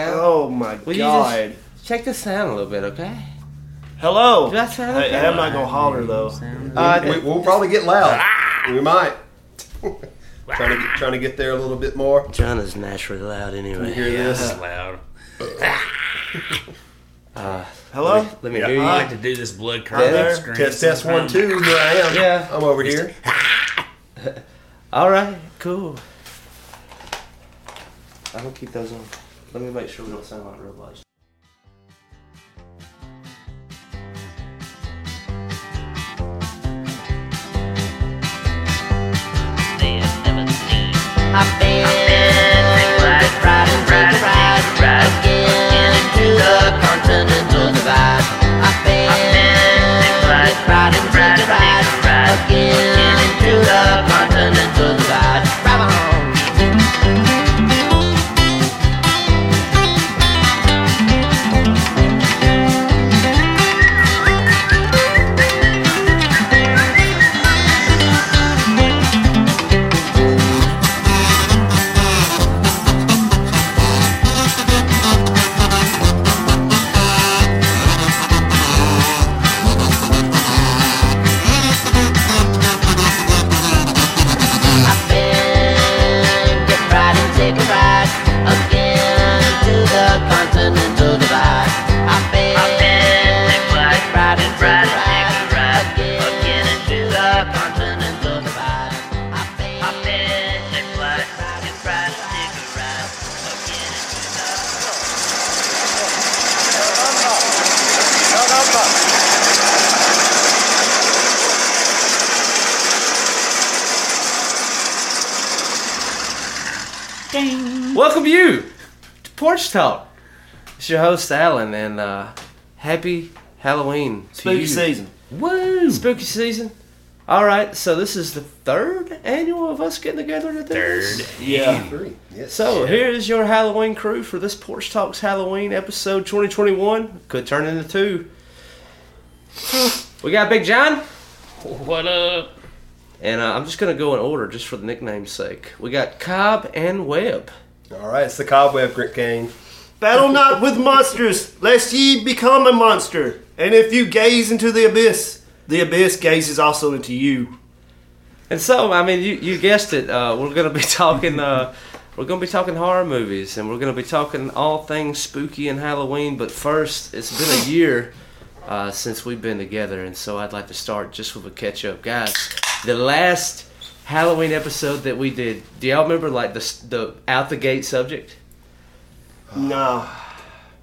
Oh my Will you god. just check the sound a little bit, okay? Hello. Does that sound I, okay? I'm not gonna holler though. Uh, we, we'll probably get loud. We might. trying, to get, trying to get there a little bit more. John is naturally loud anyway. Hear this? loud. Hello. Uh, Let me hear you. I like to do this blood there. curdling screen. Test test one two. Here I am. Yeah. I'm over here. All right, cool. I'm gonna keep those on. Let me make sure we don't sound like robots. Welcome you to Porch Talk. It's your host Alan, and uh, happy Halloween to Spooky you. season. Woo! Spooky season. All right, so this is the third annual of us getting together to do this. Third. Yeah. Three. Yes. So here is your Halloween crew for this Porch Talks Halloween episode 2021. Could turn into two. We got Big John, What up? and uh, I'm just gonna go in order just for the nickname's sake. We got Cobb and Webb. All right. It's the cobweb grit gang. Battle not with monsters, lest ye become a monster. And if you gaze into the abyss, the abyss gazes also into you. And so, I mean, you, you guessed it. Uh, we're gonna be talking. Uh, we're gonna be talking horror movies, and we're gonna be talking all things spooky and Halloween. But first, it's been a year uh, since we've been together, and so I'd like to start just with a catch up, guys. The last Halloween episode that we did. Do y'all remember like the s- the out the gate subject? No.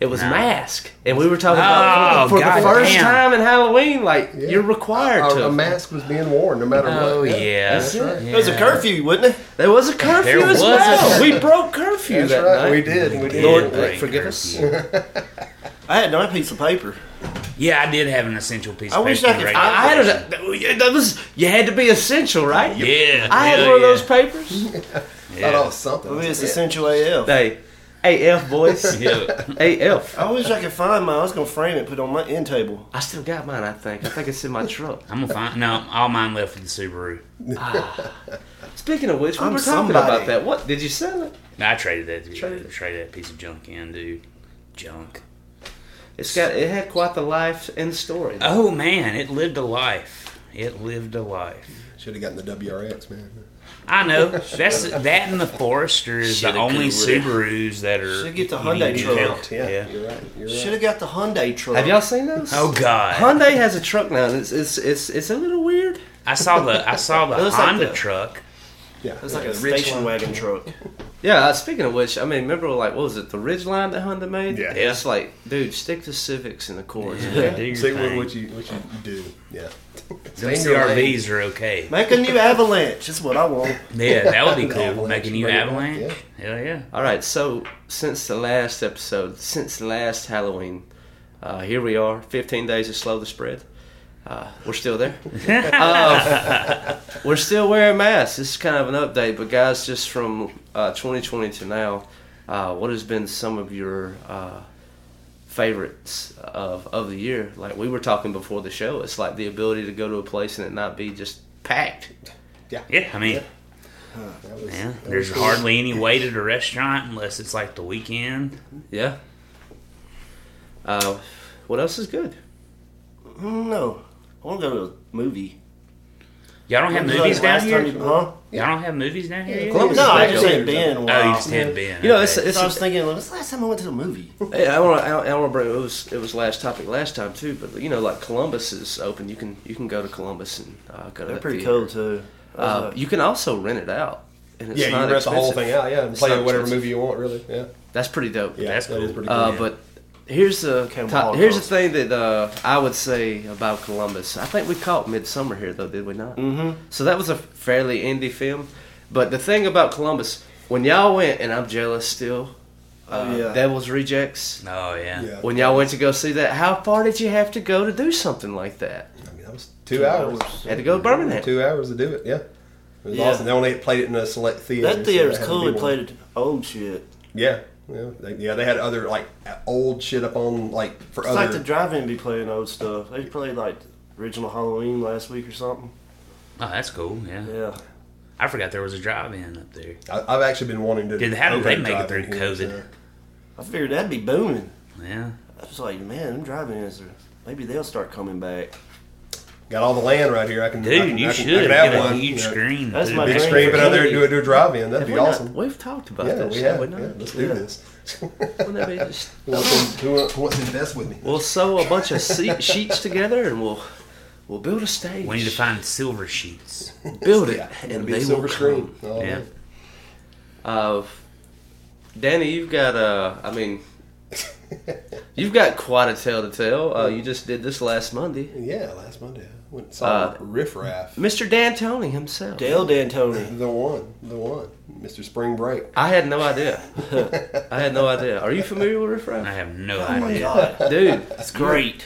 It was mask, and we were talking about Oh, for the God first damn. time in Halloween. Like Yeah. you're required A- to. A, a mask was being worn no matter Oh what. yeah. That's right. It was a curfew, wasn't it? There was a curfew There as was a- well. we broke curfew That's that right. night. We did. We did. Lord, Yeah, break forgive curfew. I had nine piece of paper. Yeah, I did have an essential piece. I of wish paper I could- right I, there. I had a, that- that was you had to be essential, right? Yeah, I had yeah, one of yeah. those papers. I thought it was something. I mean, Oh, it's Yeah. essential AF. hey, AF boys, Yeah. AF. I wish I could find mine. I was gonna frame it, put it on my end table. I still got mine. I think. I think it's in my truck. I'm gonna find no. All mine left for the Subaru. Speaking of which, we I'm were talking somebody. about that. What did you sell it? No, I traded that. Traded. that piece of junk in, dude. Junk. It's got. It had quite the life and story. Oh man, it lived a life. It lived a life. Should have gotten the WRX man. I know. That's that and the Forester is the Shoulda, only coulda. Subarus that are. Shoulda get the you Hyundai need to truck. count. Yeah, Yeah. you're right. You're right. Should have got the Hyundai truck. Have y'all seen those? Oh God. Hyundai has a truck now, and it's it's it's, it's a little weird. I saw the I saw the It looks like Honda the- truck. Yeah, It's like a Rich station one. wagon truck. Yeah. uh, Speaking of which, I mean, remember like what was it, the Ridgeline that Honda made? Yeah. It's like, dude, stick to Civics and the Cords. Do your See what, thing. what you what you do. Yeah. Them Stay in your lane. CRVs are okay. Make a new Avalanche. That's what I want. Yeah, that would be cool. Avalanche, Make a new bring it back, avalanche. Hell yeah. All right. So since the last episode, since last Halloween, uh, here we are, 15 days to slow the spread. Uh, we're still there. Uh, we're still wearing masks. This is kind of an update, but guys, just from uh, 2020 to now, uh, what has been some of your uh, favorites of of the year? Like we were talking before the show, it's like the ability to go to a place and it not be just packed. Yeah, I mean, That was- yeah. that was There's cool. hardly any wait at a restaurant unless it's like the weekend. Yeah. Uh, what else is good? Mm, No, I want to go to a movie. Y'all don't have Like movies down last here. time you- Huh? Y'all don't have movies down here. yet? Columbus No, I Special. just ain't been. in a Oh, you while. just haven't been. You know, it's, okay. it's So I was thinking, when's the last time I went to the movie? Hey, I want to. I want to bring. It was. It was last topic last time too. But you know, like Columbus is open. You can. You can go to Columbus and uh, go to. They're that pretty theater. cool too. Uh, you can also rent it out. And it's Yeah, you not can rent the whole thing expensive. out. Yeah, and It's play not whatever expensive. movie you want. Really. Yeah. That's pretty dope. Yeah. That's that cool. is pretty cool. Uh, Yeah. But here's the Cannibal top, here's the Holocaust. thing that uh, I would say about Columbus. I think we caught Midsummer here though, did we not? Mm-hmm. So that was a fairly indie film. But the thing about Columbus, when y'all went, and I'm jealous still. Uh, Oh, yeah. Devil's Rejects. oh yeah. yeah. When y'all went to go see that, how far did you have to go to do something like that? I mean, that was two, hours. Had to go to Birmingham. Two hours to do it. Yeah. It was Yeah. awesome. They only played it in a select theater. that theater's so that had to cool. be It one- played it. Old shit. Yeah. Yeah. They, yeah. They had other like old shit up on like for It's other. like the drive-in be playing old stuff. They played like original Halloween last week or something. Oh, that's cool. Yeah. Yeah. I forgot there was a drive-in up there. I, I've actually been wanting to. Did- how did open they a make it drive-in through here, COVID? so- I figured that'd be booming. Yeah. I was like, man, them drive-ins are. Maybe they'll start coming back. Got all the land right here. I can. I can, Dude, I you can, I should can have get a one, huge you know. screen. That's dude. my Big dream. screen, but out there Hey. and do a, do a drive-in. That'd Have be we not- awesome. we've talked about yeah, that. we shit, have. we not? Yeah, let's do Yeah. this. Wouldn't that be just- Who wants to, who wants- who wants to invest with me? we'll sew a bunch of se- sheets together and we'll we'll build a stage. We need to find silver sheets. build it, It'll and be a they silver will screen. come. Oh, Yeah. man. Uh, Danny, you've got uh, I mean, you've got quite a tale to tell. Uh, you just did this last Monday, Yeah, last Monday. I went and saw Uh, Riff Raff. Mr. Dan Tony himself. Dale D'Antoni. The one, the one, Mr. Spring Break. I had no idea. I had no idea. Are you familiar with Riff I Raff? have no Oh my idea. god, Dude, that's great.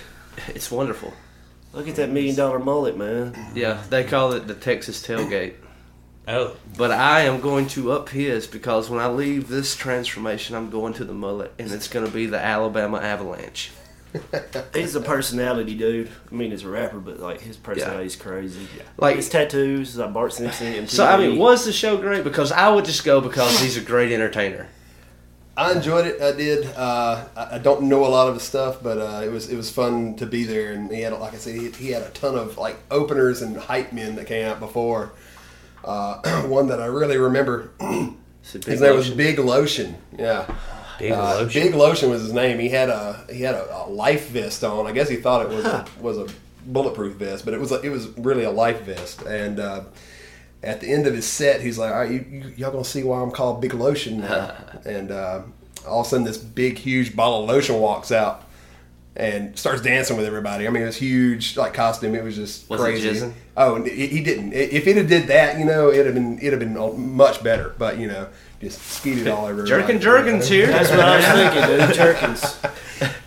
it's wonderful. Look at that million-dollar mullet, Mm-hmm. man. Yeah, they call it the Texas tailgate. Oh, But I am going to up his because when I leave this transformation, I'm going to the mullet, and it's going to be the Alabama Avalanche. He's a personality dude. I mean, he's a rapper, but like his personality's crazy. Like- Like his tattoos, like Bart Simpson. MTV. So I mean, was the show great? Because I would just go because he's a great entertainer. I enjoyed it. I did. Uh, I I don't know a lot of his stuff, but uh, it was it was fun to be there. And he had, like I said, he, he had a ton of like openers and hype men that came out before. Uh, one that I really remember It's a big his name was ocean. Big Lotion. Yeah, big Uh, lotion. Big Lotion was his name. He had a he had a, a life vest on. I guess he thought it was a, was a bulletproof vest, but it was a, it was really a life vest. And uh, at the end of his set, he's like, "All right, you, you, y'all gonna see why I'm called Big Lotion now." and uh, all of a sudden, this big, huge bottle of lotion walks out and starts dancing with everybody. I mean, it was huge, like costume. It was just Was it crazy. jizzing? Oh, and he he didn't. I- If it had did that, you know, it'd have been it'd have been much better. But you know, just skeeted all over. Jerkin everybody. Jerkins here. That's what I was thinking, dude. Jerkins.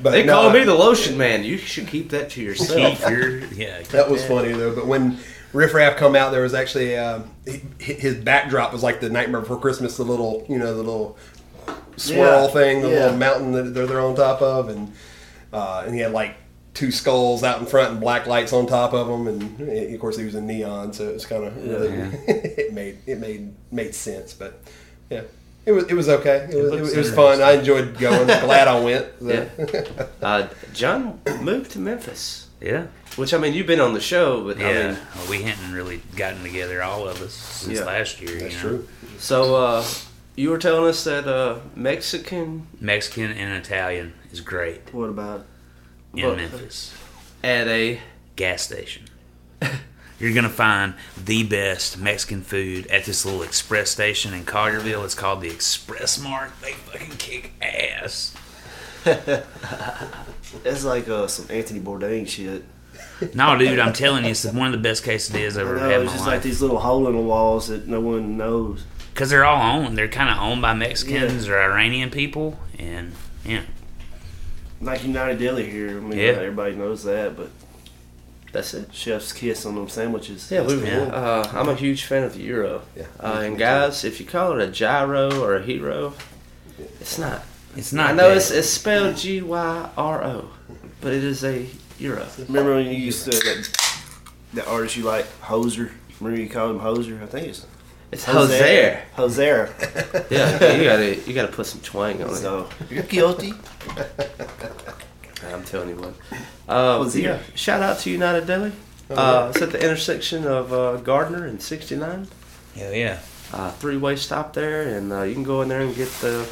But They no, call me the lotion man. You should keep that to yourself. Keep your yeah. That was funny though. But when Riff Raff come out, there was actually um, hi- his backdrop was like the Nightmare Before Christmas, the little you know the little swirl Yeah, thing, the yeah. little mountain that they're, they're on top of, and uh, and he had like two skulls out in front and black lights on top of them, and eh, of course he was in neon, so it was kind of really, it made it made made sense, but yeah. It was, it was okay. It was, it was, looks it was fun. I enjoyed going. Glad I went. So, Yeah. Uh, John moved to Memphis. Yeah. Which I mean, you've been on the show, but I Yeah. mean, Well, we hadn't really gotten together, all of us, since Yeah. last year. That's you know? true. so uh, you were telling us that uh, Mexican Mexican and Italian is great What about? in But- Memphis. at a Gas station. You're gonna find the best Mexican food at this little express station in Collierville. It's called the Express Mart. They fucking kick ass. That's like uh, some Anthony Bourdain shit. No, dude, I'm telling you, it's one of the best quesadillas I've ever No, had in it's my just life. like these little hole in the walls that no one knows. because they're all owned. They're kind of owned by Mexicans or Iranian people, and yeah, Like United Deli here. I mean, Yeah. everybody knows that, but that's it. chef's kiss on them sandwiches. Yeah, we, Yeah. Uh, I'm a huge fan of the euro. Yeah. Uh, and guys, if you call it a gyro or a hero, it's not. it's not. I know bad. it's, it's spelled G Y R O, but it is a euro. Remember when you used to that, that artist you like, Hoser? Remember you called him Hoser? I think it's It's Jose. Hoser. Yeah, you gotta you gotta put some twang on it. So you're guilty. I'm telling you what. Uh, Jose. yeah, shout out to United Deli. Uh, it's at the intersection of uh, Gardner and 69. Hell yeah, Uh, three-way stop there, and uh, you can go in there and get the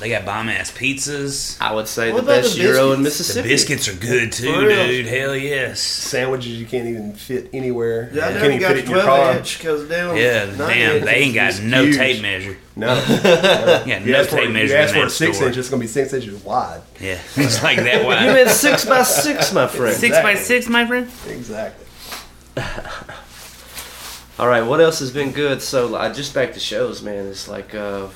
they got bomb ass pizzas. I would say What the about best the euro in biscuits? The Mississippi. biscuits are good For too, real. dude. Hell yes. Sandwiches you can't even fit anywhere. Yeah, I you never can't even got fit a it in your 12 car. inch because damn, Yeah, nine damn, inches they ain't got is no huge. tape measure. No. no. Yeah, You no ask for- tape measure You in ask for that a six store. inch, it's gonna be six inches wide. Yeah, it's like that You wide. meant six by six, my friend. Six by six, my friend. Exactly. All right, what else has been good? So like, just back to shows, man. It's like uh,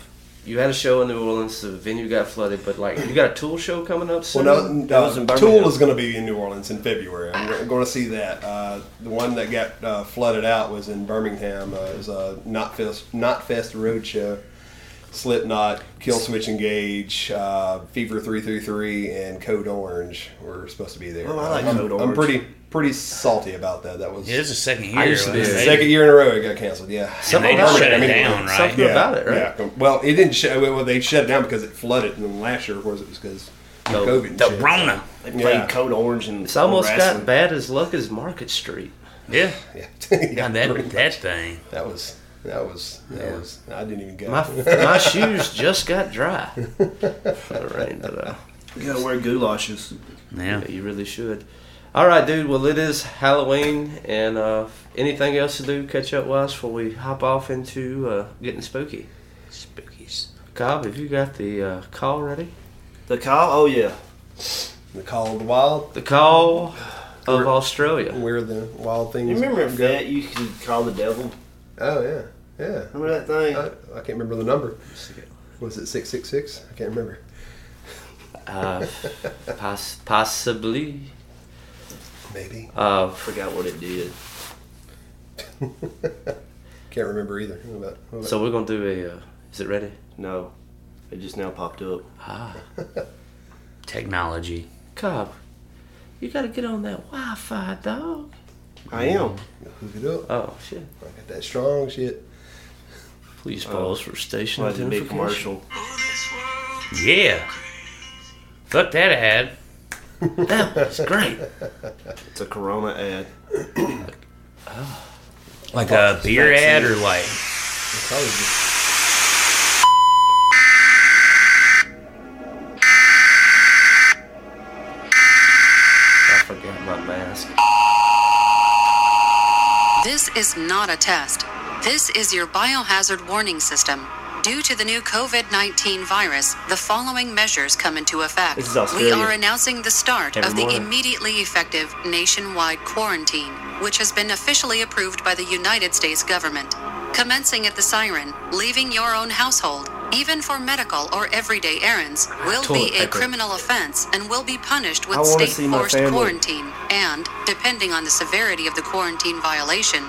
you had a show in New Orleans, the venue got flooded, but like you got a Tool show coming up soon. Well, no, That was no in Birmingham. Tool is going to be in New Orleans in February. I'm going to see that. Uh, the one that got uh, flooded out was in Birmingham. Uh, it was a Not Fest, Not Fest road show. Slipknot, Kill Switch Engage, uh, Fever 333, and Code Orange were supposed to be there. Oh, I like I'm, Code I'm Orange. pretty pretty salty about that. That was Yeah, it's the second year. I used to be wasn't a it? second year in a row it got canceled. Yeah, Something Birmingham, shut it I mean, down, right? Something yeah, about it, right? Yeah. Well, it didn't. Shut, well, they shut it down because it flooded, and then last year, of course, it was because No, COVID. and The shit. Rona. They played Yeah. Code Orange and It's almost wrestling. got bad as luck as Market Street. Yeah. Yeah, God, that that thing. That was that was that was I didn't even get My my shoes just got dry. All right, but, uh, You gotta wear goulashes. Yeah. you really should. All right, dude. Well, it is Halloween, and uh, anything else to do catch up wise before we hop off into uh, getting spooky? Spookies. Cobb, have you got the uh, call ready? The call? Oh, yeah. the Call of the Wild. The call of Australia. Where the wild things. You remember go. that you could call the devil? Oh yeah, yeah. Remember that thing? I, I can't remember the number. Was it six six six? I can't remember. Uh, poss- possibly. Maybe Uh, forgot what it did. can't remember either. What about, what about- so we're gonna do a. Uh, is it ready? No. It just now popped up. Technology. Cobb, you gotta get on that Wi-Fi, dog. I am. hook it up. Oh shit! I got that strong shit. Please pause for station Like a big identification. commercial. Yeah. Fuck that ad. That was great. It's a Corona ad. Like a beer ad or like Probably just- I forgot my mask. This is not a test. This is your biohazard warning system. Due to the new COVID 19 virus, the following measures come into effect. This is we Australia. are announcing the start Every of the morning. immediately effective nationwide quarantine, which has been officially approved by the United States government. Commencing at the siren, leaving your own household, even for medical or everyday errands, will Toilet be a paper. criminal offense and will be punished I with wanna state see my forced family. quarantine quarantine and, depending on the severity of the quarantine violation,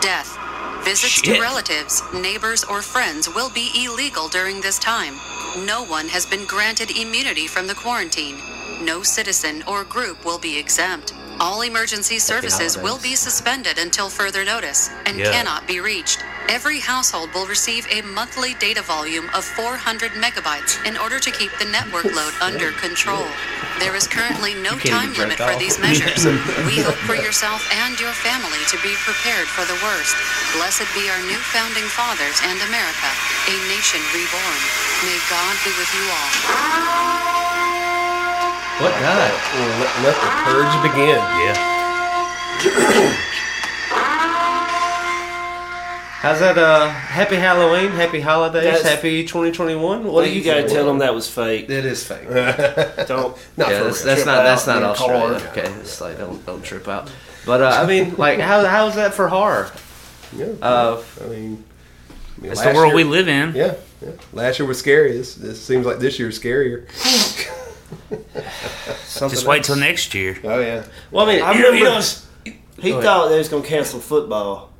death. Visits Shit. to relatives, neighbors, or friends will be illegal during this time. No one has been granted immunity from the quarantine. No citizen or group will be exempt. All emergency services will be suspended until further notice and Yeah. cannot be reached. Every household will receive a monthly data volume of 400 megabytes in order to keep the network load under control. There is currently no can't time even limit breath for these off. measures. We hope for yourself and your family to be prepared for the worst. Blessed be our new founding fathers and America, a nation reborn. May God be with you all. What God? Let, let the purge begin. Yeah. How's that? Uh, happy Halloween, happy holidays, That's- happy 2021. What Well, do you you gotta think? tell them that was fake. It is fake. Don't. Not yeah, for that's, real. that's Trip not that's out, not get a Australia. car. Okay, it's like don't don't trip out. But uh, I mean, like how how's that for horror? Yeah. Uh, I mean, I mean, It's the last world year- we live in. Yeah, yeah. Last year was scary. This, this seems like this year's scarier. something Just wait else? till next year. Oh yeah. Well, I mean, I you know- remember you know, it's- He thought they was gonna cancel football,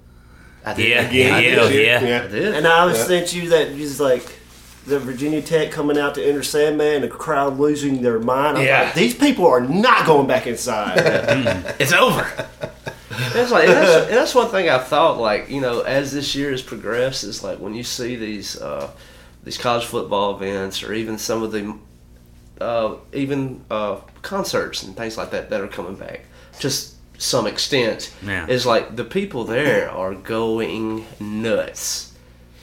I did. Yeah, I yeah, did. yeah. I did. and I was Yeah. sent you that you was like the Virginia Tech coming out to enter Sandman, the crowd losing their mind. I'm Yeah. like, these people are not going back inside. It's over. That's like and that's, and that's one thing I thought. Like you know, as this year has progressed, is like when you see these uh, these college football events, or even some of the uh, even uh, concerts and things like that that are coming back, just some extent, Yeah. is like the people there are going nuts.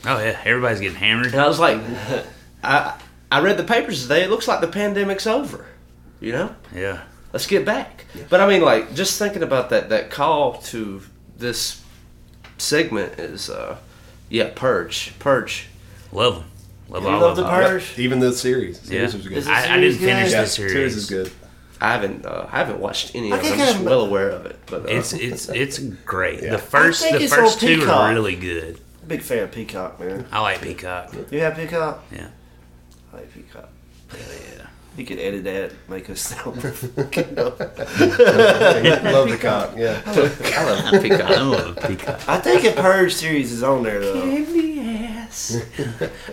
Oh yeah, everybody's getting hammered. And I was like, I I read the papers today. It looks like the pandemic's over. You know Yeah. let's get back. But I mean, like, just thinking about that that call to this segment is, uh, yeah, purge, purge. Love them. Love you all love of the them. Purge? Even the series. The Yeah. series was good. Is it- I, I didn't series finish good? the series. series. is good. I haven't uh, I haven't watched any I of it. I'm think just I'm- well aware of it. But uh, It's it's it's great. Yeah. The first I think the it's on first two Peacock. are really good. Big fan of Peacock, man. I like Peacock. You have Peacock? Yeah. I like Peacock. Yeah. You could edit that, make us sound. Love the cock. Yeah. I love I Peacock. love Peacock. I think a Purge series is on there though. yes.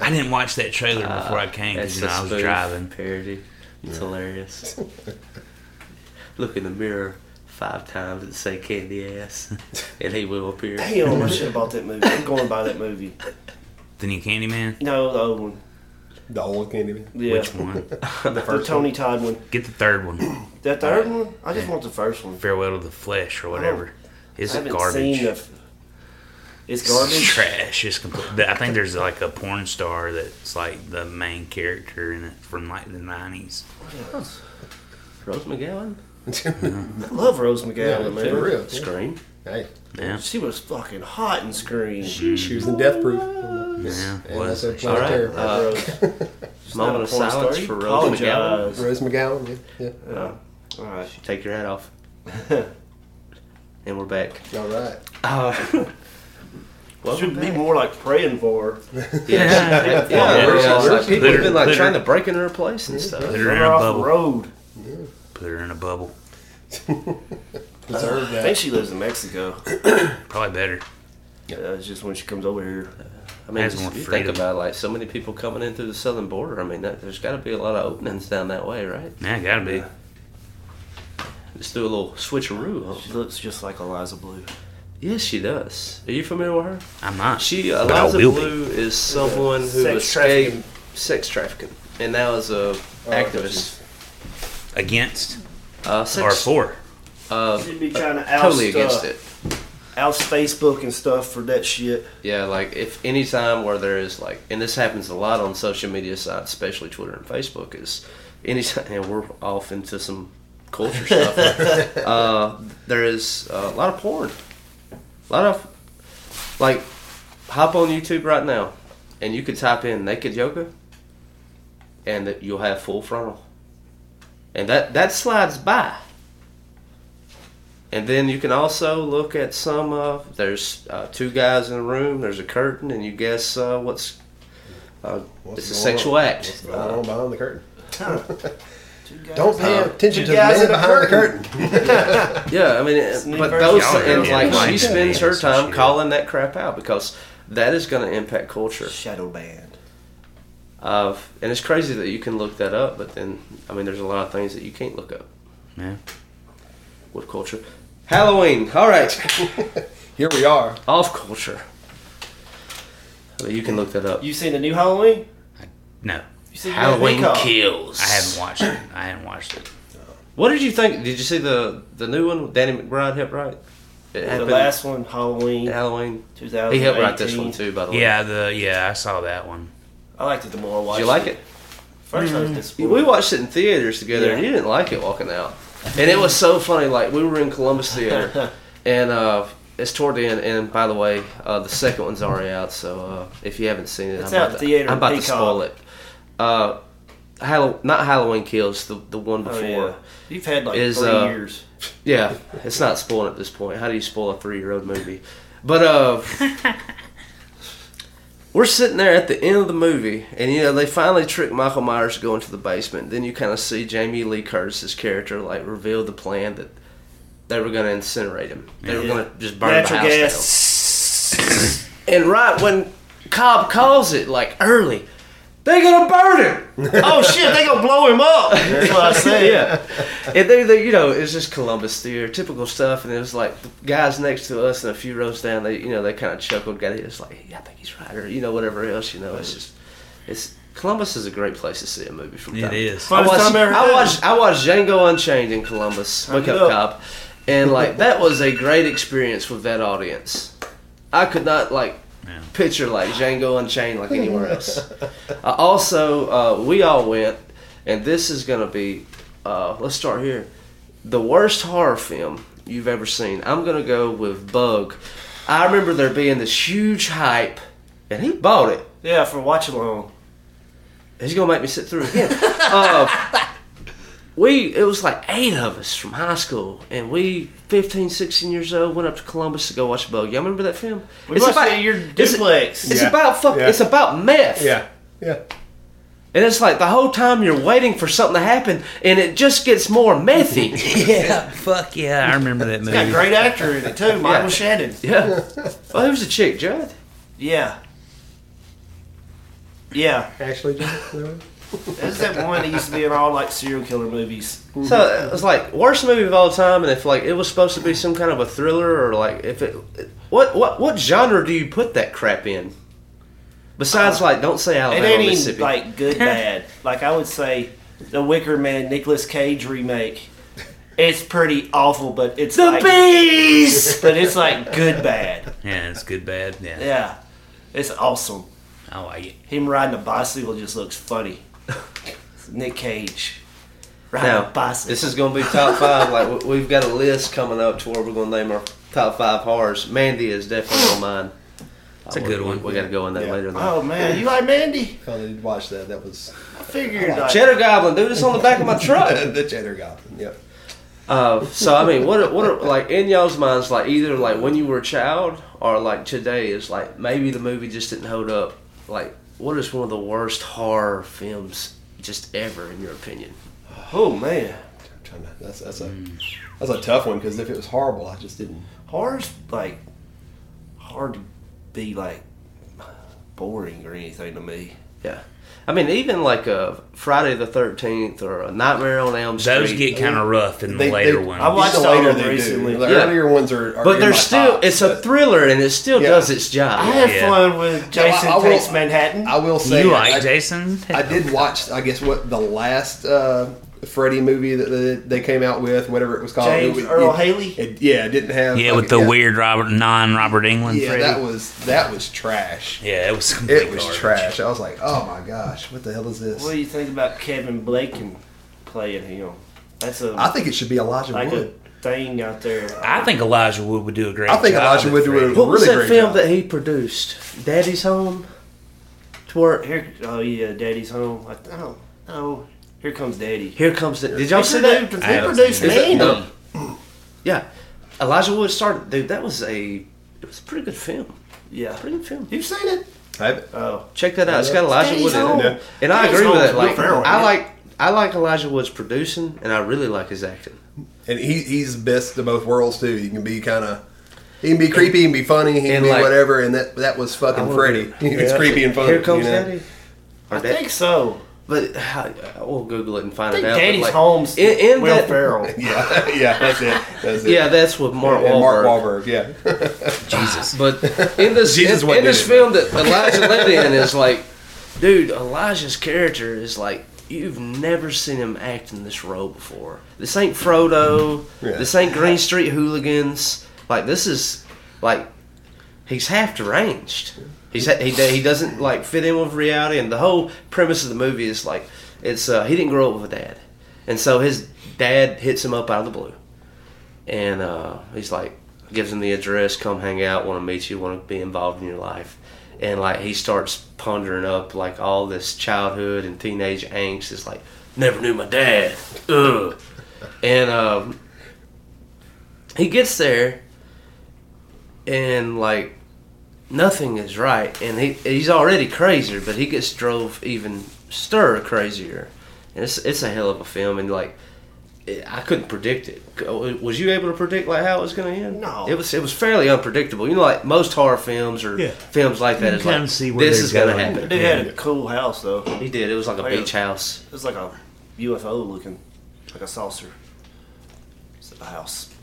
I didn't watch that trailer before I came because It's you know, a I was spoof driving. parody. It's hilarious. Look in the mirror five times and say candy ass, and he will appear. Damn, I should have bought that movie. I'm going to buy that movie. The new Candyman. No, the old one. The old Candyman. Yeah, Which one? The the first Tony Todd one. Get the third one. That third one? I just want the first one. Farewell to the Flesh or whatever. It's Oh. I haven't garbage. seen the. f- It's It's garbage. trash. It's complete. I think there's like a porn star that's like the main character in it from like the nineties. Rose McGowan, I love Rose Yeah, McGowan, man. for real. Yeah. Scream. Hey, Yeah, She was fucking hot in Scream. she was in Death Proof. yeah. And Was that's a she? Planet All right. Terror. Uh, Rose. She's not Moment a of porn silence star. for Rose Apologize. Rose McGowan. Yeah. All right. Take your hat off. and we're back. yeah. All right. Uh, Should be more like praying for. her. yeah, yeah, Where's- yeah, Mm-hmm. it's like where's- people Litter- have been like litter. trying to break into her place and stuff. Put Let her in her a off the bubble. road. Put her in a bubble. Deserve I think that. she lives in Mexico. Probably better. Uh, it's just when she comes over here. I mean, Has just more if you think freedom. about like so many people coming in through the southern border. I mean, that, there's got to be a lot of openings down that way, right? Yeah, gotta be. Just do a little switcheroo. Huh? She looks just like Eliza Blue. Yes, she does. Are you familiar with her? I'm not. She uh, But I Eliza will be. Blue is someone who Sex escaped sex trafficking, and now is Oh, a activist. Against Uh, or sex, for. She'd be trying to oust, uh, totally against it. oust Facebook and stuff for that shit. Yeah, like if any time where there is like, and this happens a lot on social media sites, especially Twitter and Facebook, is any time, and we're off into some culture stuff. uh, there is uh, a lot of porn, a lot of like, hop on YouTube right now, and you could type in naked yoga, and that you'll have full frontal, and that that slides by. And then you can also look at some. Uh, there's uh, two guys in a room. There's a curtain, and you guess uh, what's. Uh, What's it's a going sexual on? act. What's going on behind the curtain? Two guys- Don't pay attention you to the guys man in a behind the curtain. curtain. Yeah, I mean, it- Sneak but versus those Y'all and are like she getting spends her banned, time shit. calling that crap out because that is going to impact culture. Shadow band. Uh, and it's crazy that you can look that up, but then I mean, there's a lot of things that you can't look up Yeah. with culture. Halloween, all right, Here we are. off culture. I mean, you can look that up. You seen the new Halloween? No, You seen Halloween Hancock? Kills. I haven't watched it. I haven't watched it. What did you think? Did you see the the new one with Danny McBride helped write? It The happened last one, Halloween, at Halloween. 2018. He helped write this one too, by the way. Yeah, the yeah, I saw that one. I liked it the more I watched Did you like it? First, I was disappointed. We watched it in theaters together, and Yeah. you didn't like it walking out. And it was so funny. Like we were in Columbus Theater, and uh, it's toward the end. And by the way, uh, the second one's already out. So uh, if you haven't seen it, It's I'm out about, to, theater I'm about to Peacock. spoil it. Uh, Hall- not Halloween Kills, the the one Oh, before. yeah. You've had like Is, three uh, years. Yeah, it's not spoiling at this point. How do you spoil a three-year-old movie? But uh, we're sitting there at the end of the movie, and you know they finally trick Michael Myers to go into the basement. Then you kind of see Jamie Lee Curtis's character like reveal the plan that they were going to incinerate him. They were going to just burn Natural the house down. gas. And right when Cobb calls it, like early, they're gonna burn him. oh shit, they gonna blow him up. That's what I said. yeah. And they, they, you know, it's just Columbus theater, typical stuff. And it was like the guys next to us and a few rows down, they, you know, they kind of chuckled, got it. It's like, yeah, I think he's right, or you know, whatever else, you know. It's just, it's Columbus is a great place to see a movie from. It time to is. I Funnest watched, time ever I had. watched I watched Django Unchained in Columbus, Wake Up up. Cop, and like that was a great experience with that audience. I could not like picture like Django Unchained like anywhere else. I also, uh, we all went, and this is gonna be uh, let's start here. The worst horror film you've ever seen. I'm gonna go with Bug. I remember there being this huge hype, and he bought it. Yeah, for watch along. He's gonna make me sit through it again. Uh, we it was like eight of us from high school, and we 15, 16 years old went up to Columbus to go watch Bug. Y'all remember that film? We watched it at your it's- duplex. It's Yeah. about fuck. Yeah. It's about meth. Yeah. Yeah. And it's like the whole time you're waiting for something to happen, and it just gets more methy. Yeah, fuck yeah, I remember that Got a movie. great actor in it too, Michael Shannon. yeah. Well, who's the chick, Judd? Yeah. Yeah, Actually, John. that's that one that used to be in all like serial killer movies. So it was like worst movie of all time, and if like it was supposed to be some kind of a thriller or like if it, what what what genre do you put that crap in? Besides, like don't say It Alabama, ain't even Mississippi. like good bad. Like I would say, the Wicker Man Nicolas Cage remake. It's pretty awful, but it's the like, bees. but it's like good bad. Yeah, it's good, bad. Yeah, Yeah, it's awesome. I like it. Him riding a bicycle just looks funny. It's Nick Cage riding a Now bicycle. this is going to be top five. Like we- we've got a list coming up to where we're going to name our top five horrors. Mandy is definitely on mine. It's a good one. We, got to go in that Yeah. later. in the- oh man, you like Mandy? I did watch that. That was I figured. Like, Cheddar Goblin, dude, it's on the back of my truck. the Cheddar Goblin. Yep. Uh, so I mean, what are, what are, like in y'all's minds, like either like when you were a child or like today is like maybe the movie just didn't hold up. Like, what is one of the worst horror films just ever in your opinion? oh man, I'm trying to, that's that's a that's a tough one because if it was horrible, I just didn't. horror's like hard to be like boring or anything to me. Yeah, I mean even like a Friday the Thirteenth or a Nightmare on Elm Street. Those get kind of rough in the They- they- later ones. I watched the all later of them they recently. do. The Yeah. earlier ones are, are but in they're my still tops, it's a but- thriller and it still Yeah. does its job. I had Yeah. fun with Jason I will- Takes Manhattan. I will say you I- like I- Jason? I did watch, I guess, what the last uh, Freddy movie that they, they came out with, whatever it was called. James It was- Earl it- Haley? it- yeah, it didn't have. yeah, like, with the weird Robert, non-Robert England. Yeah, Freddy. that was that was trash. yeah, it was complete It was garbage. trash. I was like, oh my gosh, what the hell is this? what do you think about Kevin Blake and playing him? That's a I think it should be Elijah like a Wood. thing out there. I think Elijah Wood would do a great. I think job Elijah at Wood would do Freddy. a- what was really that great film job. that he produced? Daddy's Home. To where Here, oh yeah, Daddy's home. I, oh, oh, here comes Daddy. here comes the. Did y'all He see that? produced, I he haven't produced seen Is it- Mandy. no. Yeah, Elijah Wood started. Dude, that was a it was a pretty good film. Yeah, Pretty good film. you've seen it. I- Oh, Check that out. It's got Elijah Daddy's Wood in Home. it, and I Daddy's agree with Home's that. Will Like Ferrell, I yeah. like I like Elijah Wood's producing, and I really like his acting. and he, he's best of both worlds too. He can be kind of. He can be creepy, he can be funny, he can and be like- whatever, and that that was fucking wanna Freddy. be- He was Yeah. creepy and funny. Here comes you know? Daddy. I think so. But uh, we'll Google it and find think it out. but, Danny's like, Holmes. in, in Will that- Ferrell. Yeah, yeah, that's it. That's it. Yeah, that's with Mark And Wahlberg. Mark Wahlberg, yeah. Jesus. But in this Jesus in, wasn't in this in it. film that Elijah lived in is like, dude, Elijah's character is like you've never seen him act in this role before. This ain't Frodo. Yeah. This ain't Green Street Hooligans. Like this is like he's half deranged. He's ha- he he doesn't like fit in with reality, and the whole premise of the movie is like it's uh, he didn't grow up with a dad, and so his dad hits him up out of the blue, and uh, he's like gives him the address, come hang out, want to meet you, want to be involved in your life, and like he starts pondering up like all this childhood and teenage angst is like never knew my dad, ugh, and um, he gets there and like nothing is right and he he's already crazier but he gets drove even stir crazier and it's it's a hell of a film and like it- I couldn't predict it. Was you able to predict like how it was going to end? No. it was it was fairly unpredictable. You know, like most horror films or Yeah. films like that You is can like see where this they're is going to going. happen. Dude had a cool house though. It He did. It was like a Wait. beach house. was like a UFO looking, like a saucer. It's a house.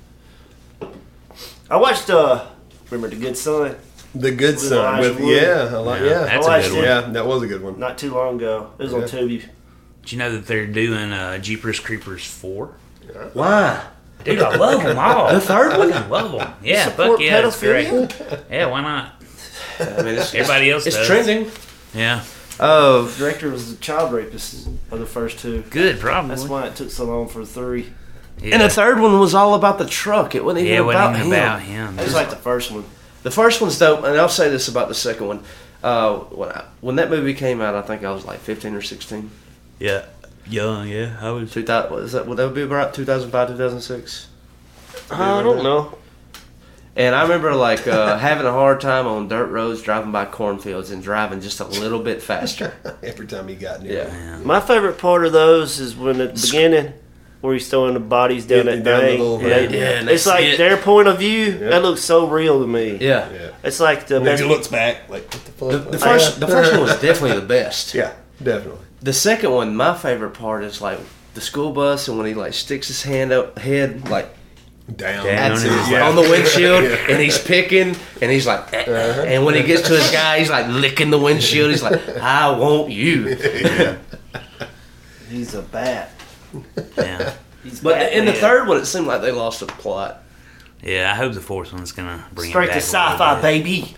I watched uh, remember the Good Son The Good Son. Elijah With, Wood. yeah, a lot, yeah. That's I a watched good it. one. yeah, that was a good one. not too long ago. It was on Yeah. Tubi. Do you know that they're doing uh, Jeepers Creepers 4? Why? Dude, I love them all. The third one? I love them. Yeah, Support fuck yeah, it's pedophilia? great. Yeah, why not? I mean, it's, Everybody else it's does. trending. Yeah, Of The director was a child rapist of the first two. good, probably. That's why it took so long for three. yeah. And the third one was all about the truck. It wasn't even yeah, it about, wasn't even him. about him. I just like the first one. The first one's dope, and I'll say this about the second one. Uh, when, I, when that movie came out, I think I was like 15 or 16. Yeah, young, yeah. I was. 2000, was that, would that be about 2005, 2006? I don't know. And I remember like uh, having a hard time on dirt roads, driving by cornfields, and driving just a little bit faster. Every time he got near it. Yeah. My favorite part of those is when at the beginning, where he's throwing the bodies down Yeah, that down the thing. little and they- thing, yeah. and it's they like see it. their point of view. That looks so real to me. Yeah. Yeah. It's like the And then best. he looks back, like, what the fuck? The, the first, the first one was definitely the best. Yeah, definitely. The second one, my favorite part is like the school bus, and when he like sticks his hand up, head like Down. Down That's and it. he's on the windshield, and he's picking, and he's like, eh, eh. and when he gets to his guy, he's like licking the windshield. He's like, I want you. he's a bat. Yeah. He's But in the Batman. third one, it seemed like they lost the plot. yeah, I hope the fourth one's gonna bring straight it to back a little sci-fi, bit. baby.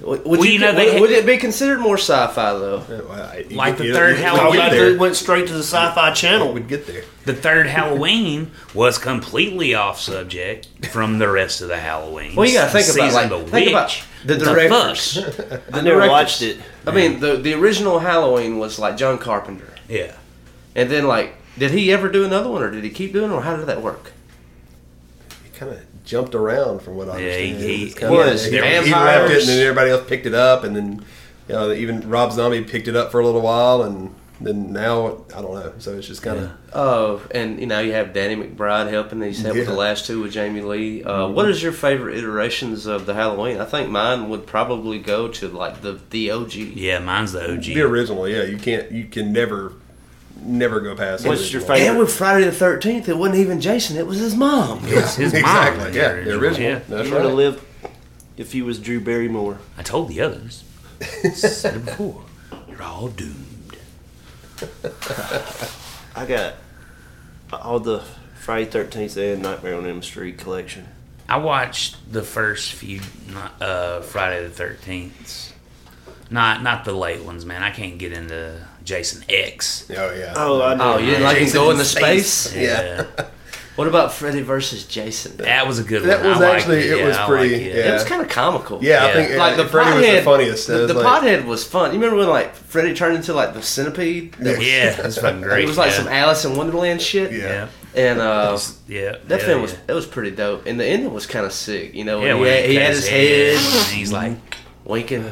Would, Well, you, you know, would, they- would it be considered more sci-fi though? Like the third Oh, Halloween. God, We'd, they there. went straight to the sci-fi channel. we'd get there. The third Halloween was completely off subject from the rest of the Halloween. Well, you gotta think about like think about the directors. I The directors. it. I mean, the the original Halloween was like John Carpenter, Yeah. and then like, did he ever do another one, or did he keep doing, it, or how did that work? He kind of jumped around from what I Yeah, he- understand. he- It's kinda- was he, he vampires. left it, and then everybody else picked it up, and then you know, even Rob Zombie picked it up for a little while, and then now I don't know. So it's just kind of Oh, and you know you have Danny McBride helping. He's helped with the Yeah. last two with Jamie Lee. Uh, what is your favorite iterations of the Halloween? I think mine would probably go to like the the OG. Yeah, mine's the OG. the original. Yeah, you can't, you can never, never go past. the What's your original. favorite? And with Friday the Thirteenth, it wasn't even Jason; it was his mom. It's his mom. Exactly. Yeah, the original. Yeah. That's You would have right. lived if you was Drew Barrymore. I told the others. said it before. You're all doomed. I got all the Friday Thirteenth and Nightmare on Elm Street collection. I watched the first few uh, Friday the Thirteenth. Not not the late ones, man. I can't get into Jason X. Oh yeah. Oh, I know. Oh, you didn't like him Jason go in into space. space? Yeah. What about Freddy versus Jason? Uh, That was a good That one. was I liked actually- it Yeah, was I pretty- liked it. It yeah. was kind of comical. Yeah, Yeah. I think uh, Like the Freddy pothead, was the funniest. It The, was the like- pothead was fun. You remember when like Freddy turned into like the centipede? That was- Yeah, it was fucking great. It was like yeah. some Alice in Wonderland shit. Yeah. And uh, Yeah. That yeah, film was yeah. that was pretty dope, and the ending was kind of sick. You know, Yeah, when he, when had, he cut had his head and he's like, winking.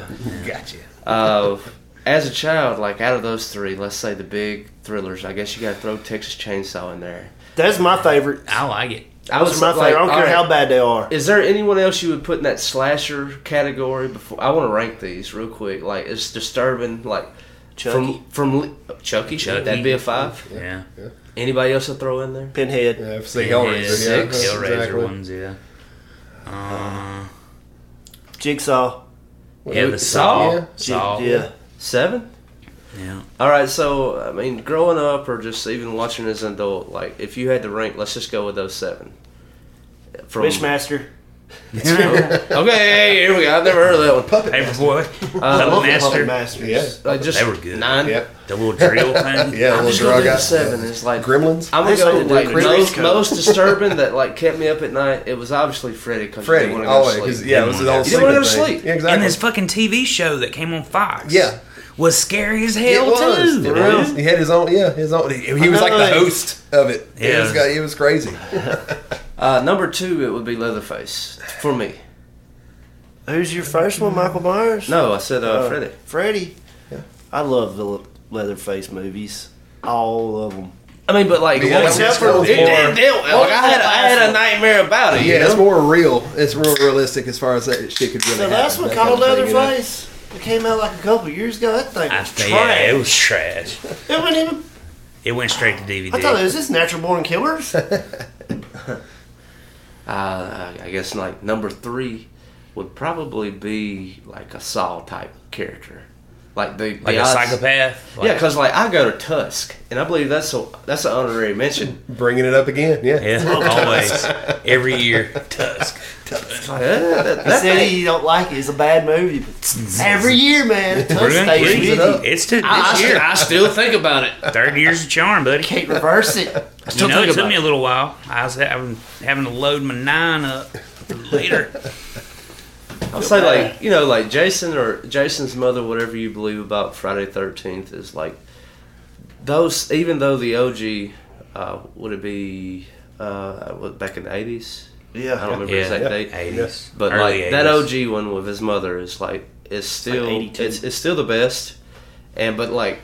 Gotcha. Uh, as a child, like out of those three, let's say the big thrillers, I guess you got to throw Texas Chainsaw in there. That's my favorite. I like it. I That's my favorite. I don't care how bad they are. Is there anyone else you would put in that slasher category? Before I want to rank these real quick. Like it's disturbing. Like Chucky, From from Le- Chucky, Chucky. that'd be a five. Yeah. Anybody else to throw in there? Pinhead. Yeah, if say Yeah, Hellraiser, yeah, Six Hellraiser exactly. ones, yeah. Uh, Jigsaw. yeah, the Saw. Saw. Yeah. Seven. Yeah. All right, so I mean, growing up or just even watching as an adult, like if you had to rank, let's just go with those seven. From Wishmaster. okay, here we go. I've never heard of that one. Paperboy. Love Puppet the Master. Puppet Masters. Yeah. Like just They were good. Nine. Yep. The little drill thing. Yeah, I'm little just going drug to guy. seven. It's like Gremlins. I'm gonna That's go what like Rick most, Rico. most disturbing that like kept me up at night. It was obviously Freddy. 'cause you Freddy, didn't wanna go to always. 'cause, sleep. Yeah, it was the whole You didn't wanna go to sleeping thing. sleep. Yeah, exactly. And this fucking TV show that came on Fox. Yeah. Was scary as It hell was. too. It was. He had his own. Yeah, his own. He, he was like the Nice. host of it. Yeah. It was, got- it was crazy. Uh, number two, it would be Leatherface for me. Who's your first one, Michael Myers? No, I said uh, Uh, Freddy. Freddy. I love the Le- Leatherface movies. All of them. I mean, but like, Yeah, what- except it, for the it, war. it, dealt- like I had, a, I had a nightmare about it. you Yeah, know? it's more real. It's more realistic as far as that shit could really. So that's happen, what that called kind of thing, you know? Leatherface. It came out like a couple years ago. That thing I was think trash. yeah, it was trash. It wasn't even. It went straight to DVD. I thought it was this natural born killers. Uh, I guess like number three would probably be like a Saw type character, like the like the a odds- psychopath. Like, Yeah, because like I go to Tusk, and I believe that's a that's an honorary mention. Bringing it up again. Yeah. yeah, always every year Tusk. It's like, eh, that- that Said thing- you don't like it. It's a bad movie. But every year, man, it touch We're gonna stays keep with it you. up. It's to I, I this still, year. I still think about it. Third year's a charm, buddy. Can't reverse it. You Still know, think it took about me a it. little while. I was having, having to load my nine up for later. I'll say like you know like Jason or Jason's mother, whatever you believe about Friday Thirteenth is like those. Even though the OG uh, would it be uh, what, back in the eighties? Yeah. I don't remember Yeah, exact date. 80s. But Early like that 80s. OG one with his mother is like is still 82. it's, it's still the best. And but like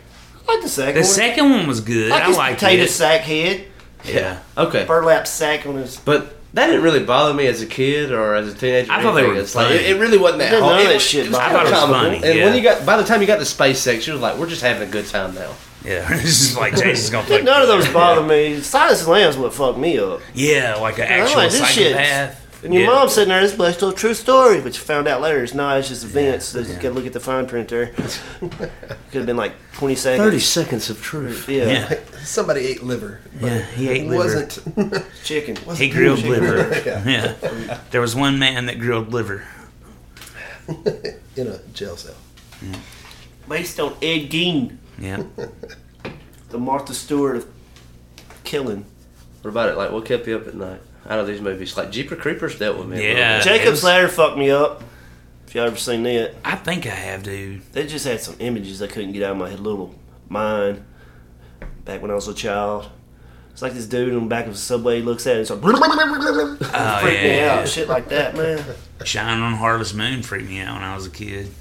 I like the second The one. second one was good. I like I his liked potato it. sack head, Yeah. okay, burlap sack on his. but that didn't really bother me as a kid or as a teenager. or I thought they anything. were It's like funny. it, it really wasn't that None of hard. that was- shit was bothered kinda me. I thought it was comical. funny, And when yeah. you got by the time you got to space section, it was like we're just having a good time now. Yeah. It's just like Jason's gonna play. None of those bother me. Silence Lamb's what fucked me up. Yeah, like an I actual like this shit. psychopath. And your yeah. mom's sitting there, this based on a true story, but you found out later it's not, it's just events. so you gotta look at the fine print there. Could have been like 20 seconds. Thirty seconds of truth. Yeah. Yeah. Somebody ate liver. But Yeah, he ate it liver. wasn't. Chicken. What's He grilled liver. yeah. There was one man that grilled liver. in a jail cell. Based on Ed Gein, Yeah. the Martha Stewart of killing. What about it? Like what kept you up at night? Out of these movies, like Jeeper Creepers dealt with me. a little Yeah. bit. Jacob's was- Ladder fucked me up. If y'all ever seen that, I think I have, dude. they just had some images I couldn't get out of my little mind back when I was a child. It's like this dude on the back of the subway he looks at it and it's like, Oh, freak me yeah. out, shit like that, man. Shine on Harvest Moon freaked me out when I was a kid.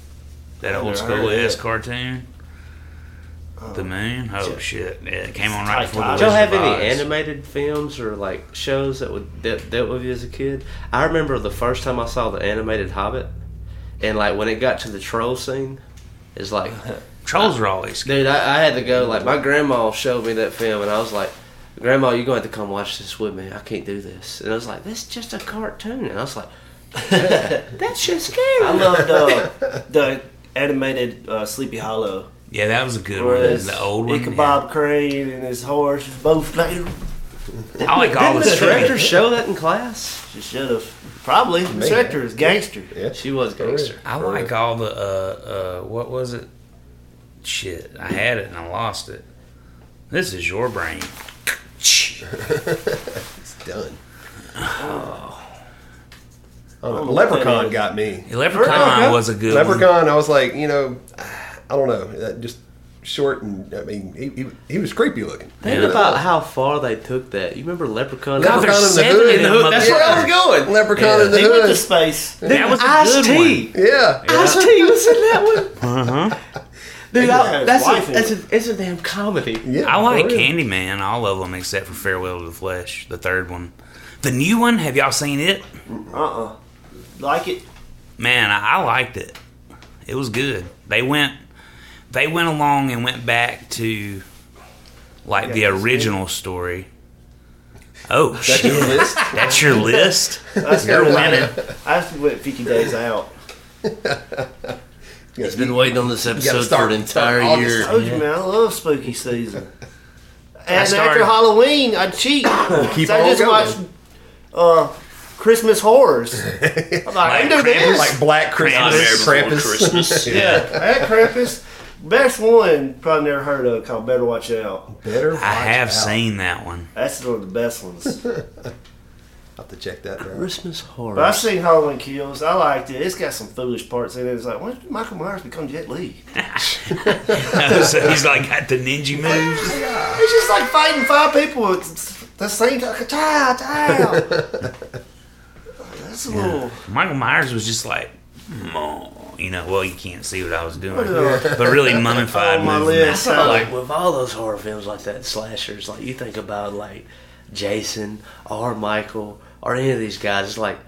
That old school S cartoon. The moon? Oh shit! Yeah, it came on right Titanic. before the Don't Do y'all have Wizard of any Oz. animated films or like shows that would that dealt with you as a kid? I remember the first time I saw the animated Hobbit, and like when it got to the troll scene, it's like, Trolls are always good. dude, I, I had to go. Like my grandma showed me that film, and I was like, Grandma, you're going to have to come watch this with me. I can't do this. And I was like, that's just a cartoon. And I was like, that shit's scary. I loved uh, the animated uh, Sleepy Hollow. Yeah, that was a Oh, good Where one. it's The old one. Ichabod Yeah. Crane and his horse, both like, I like all Didn't the the director stuff. show that in class? She should have. Probably. The Spectre is gangster. She was gangster. I like all the uh, uh, what was it? Shit, I had it and I lost it. This is your brain. Done. know Oh. what that Leprechaun is. got me. Leprechaun was a good one. Leprechaun, I was like, you know, I don't know, that just short and I mean, he, he, he was creepy looking. Think about how far they took that. You remember Leprechaun? God, Leprechaun there's in the seven hood. in the hood. That's where I was going. Leprechaun in the They went to hood. space. That was a good one. Ice-T. Yeah. Ice T was in that one. Uh huh. Dude, got I, his that's wife a, in that's it. a it's a damn comedy. yeah I like for real. Candyman, all of them except for Farewell to the Flesh, the third one. The new one, have y'all seen it? Uh-uh. Like it. Man, I, I liked it. It was good. They went, they went along and went back to like the original story. Oh, That's shit. your list. that's your list. You're winning. I actually went 50 days out. He's Been waiting on this gotta episode for start an entire August. year. told you, man, I love spooky season. And started- after Halloween, I cheat. Keep So I on just going. watched uh, Christmas horrors. I'm like, I can do this. like Black Christmas, Nightmare Before Krampus. Christmas. I had Krampus. Best one probably never heard of called Better Watch Out. Better. I have seen that one. That's one of the best ones. But I have to check that. Out. Christmas I've horror. seen Halloween Kills. I liked it. It's got some foolish parts in it. It's like, why did Michael Myers become Jet Li? so he's like got the ninja moves. It's just like fighting five people at the same time. Chow, chow. That's a little. Michael Myers was just like, "Mom," you know. Well, you can't see what I was doing, but really mummified Oh, my movement. lips. Uh, Like with all those horror films like that, slashers, like you think about like Jason or Michael or any of these guys, it's like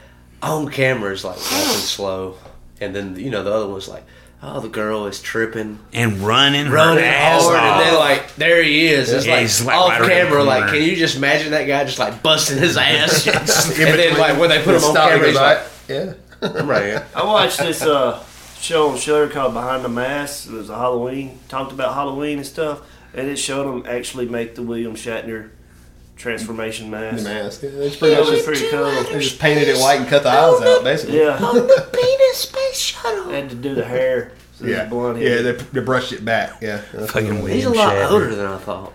on camera is like walking slow, and then you know the other one's like, oh the girl is tripping, and running, running her ass hard, and then off. like there he is. It's Yeah, like, he's, like, off right around the camera. Like, corner. can you just imagine that guy just like busting his ass? In and then between. like when they put him on Stop and camera, he's go like, back. yeah. I'm right here. I watched this uh, show on Shudder called Behind the Mask. It was a Halloween. Talked about Halloween and stuff, and it showed them actually make the William Shatner transformation The mask. mask. Yeah, It's pretty It much was just, pretty cool. they just painted it Oh, white and cut the eyes out, basically. Yeah, the penis space shuttle. I had to do the hair. So Yeah, yeah, blonde yeah hair. they, they brushed it back. Yeah, That's fucking what- William He's a lot Shatner. older than I thought.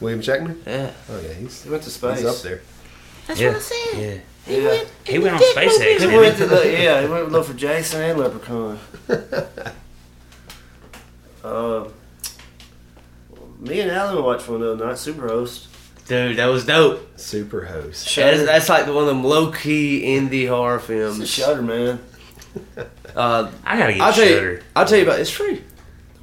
William Shatner. Yeah. Oh yeah, he's He went to space. he's up there. yeah. what I said. Yeah, Yeah. He went on SpaceX. he didn't went he? to the, yeah, he went to look for Jason and Leprechaun. uh, me and Alan watched one the other night. Super host. Dude, that was dope. Super host. That is, that's like one of them low key indie horror films. Shudder, man. Uh, I gotta get I'll tell you, Shudder. I'll tell you about. It's free.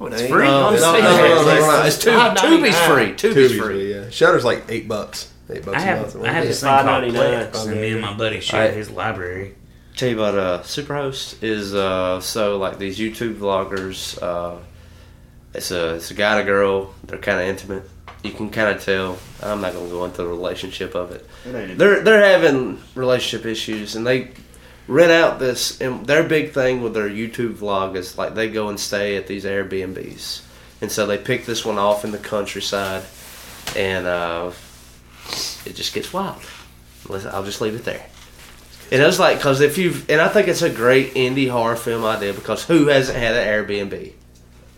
It's No, no, no, no, no, no, no, It's two. Tubi's free. Tubi's Tubi's free. really, yeah. Shutter's like eight bucks. Eight bucks I a have month. I have this thing called $5.99. Plex, and me and my buddy share Alright. his library. tell you about uh, Superhost is uh, so like these YouTube vloggers. Uh, it's a it's a guy and a girl. They're kind of intimate. You can kind of tell. I'm not gonna go into the relationship of it. It ain't a- They're they're having relationship issues, and they rent out this. And their big thing with their YouTube vlog is like they go and stay at these Airbnbs, and so they pick this one off in the countryside, and uh, it just gets wild. Listen, I'll just leave it there. And I was like, because if you've, and I think it's a great indie horror film idea because who hasn't had an Airbnb?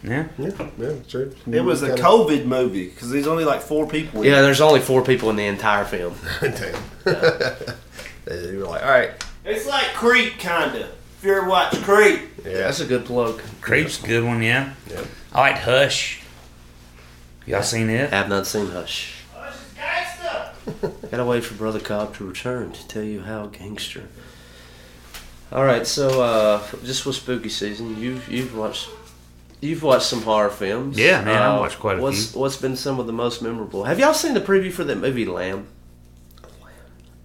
Yeah. Yeah, yeah, sure. It was a COVID movie because there's only like four people. in Yeah, there's only four people in the entire film. Damn. they were like, all right. it. It's like Creep, kinda. If you ever watch Creep, Yeah. That's a good plug. Creep's a good one, yeah. I liked Hush. Y'all seen it? Have not seen Hush. Gotta wait for Brother Cobb to return to tell you how gangster. All right, so uh, just with spooky season, you've you've watched you've watched some horror films. Yeah, man, I Uh, watched quite a what's, few. What's been some of the most memorable? Have y'all seen the preview for that movie Lamb?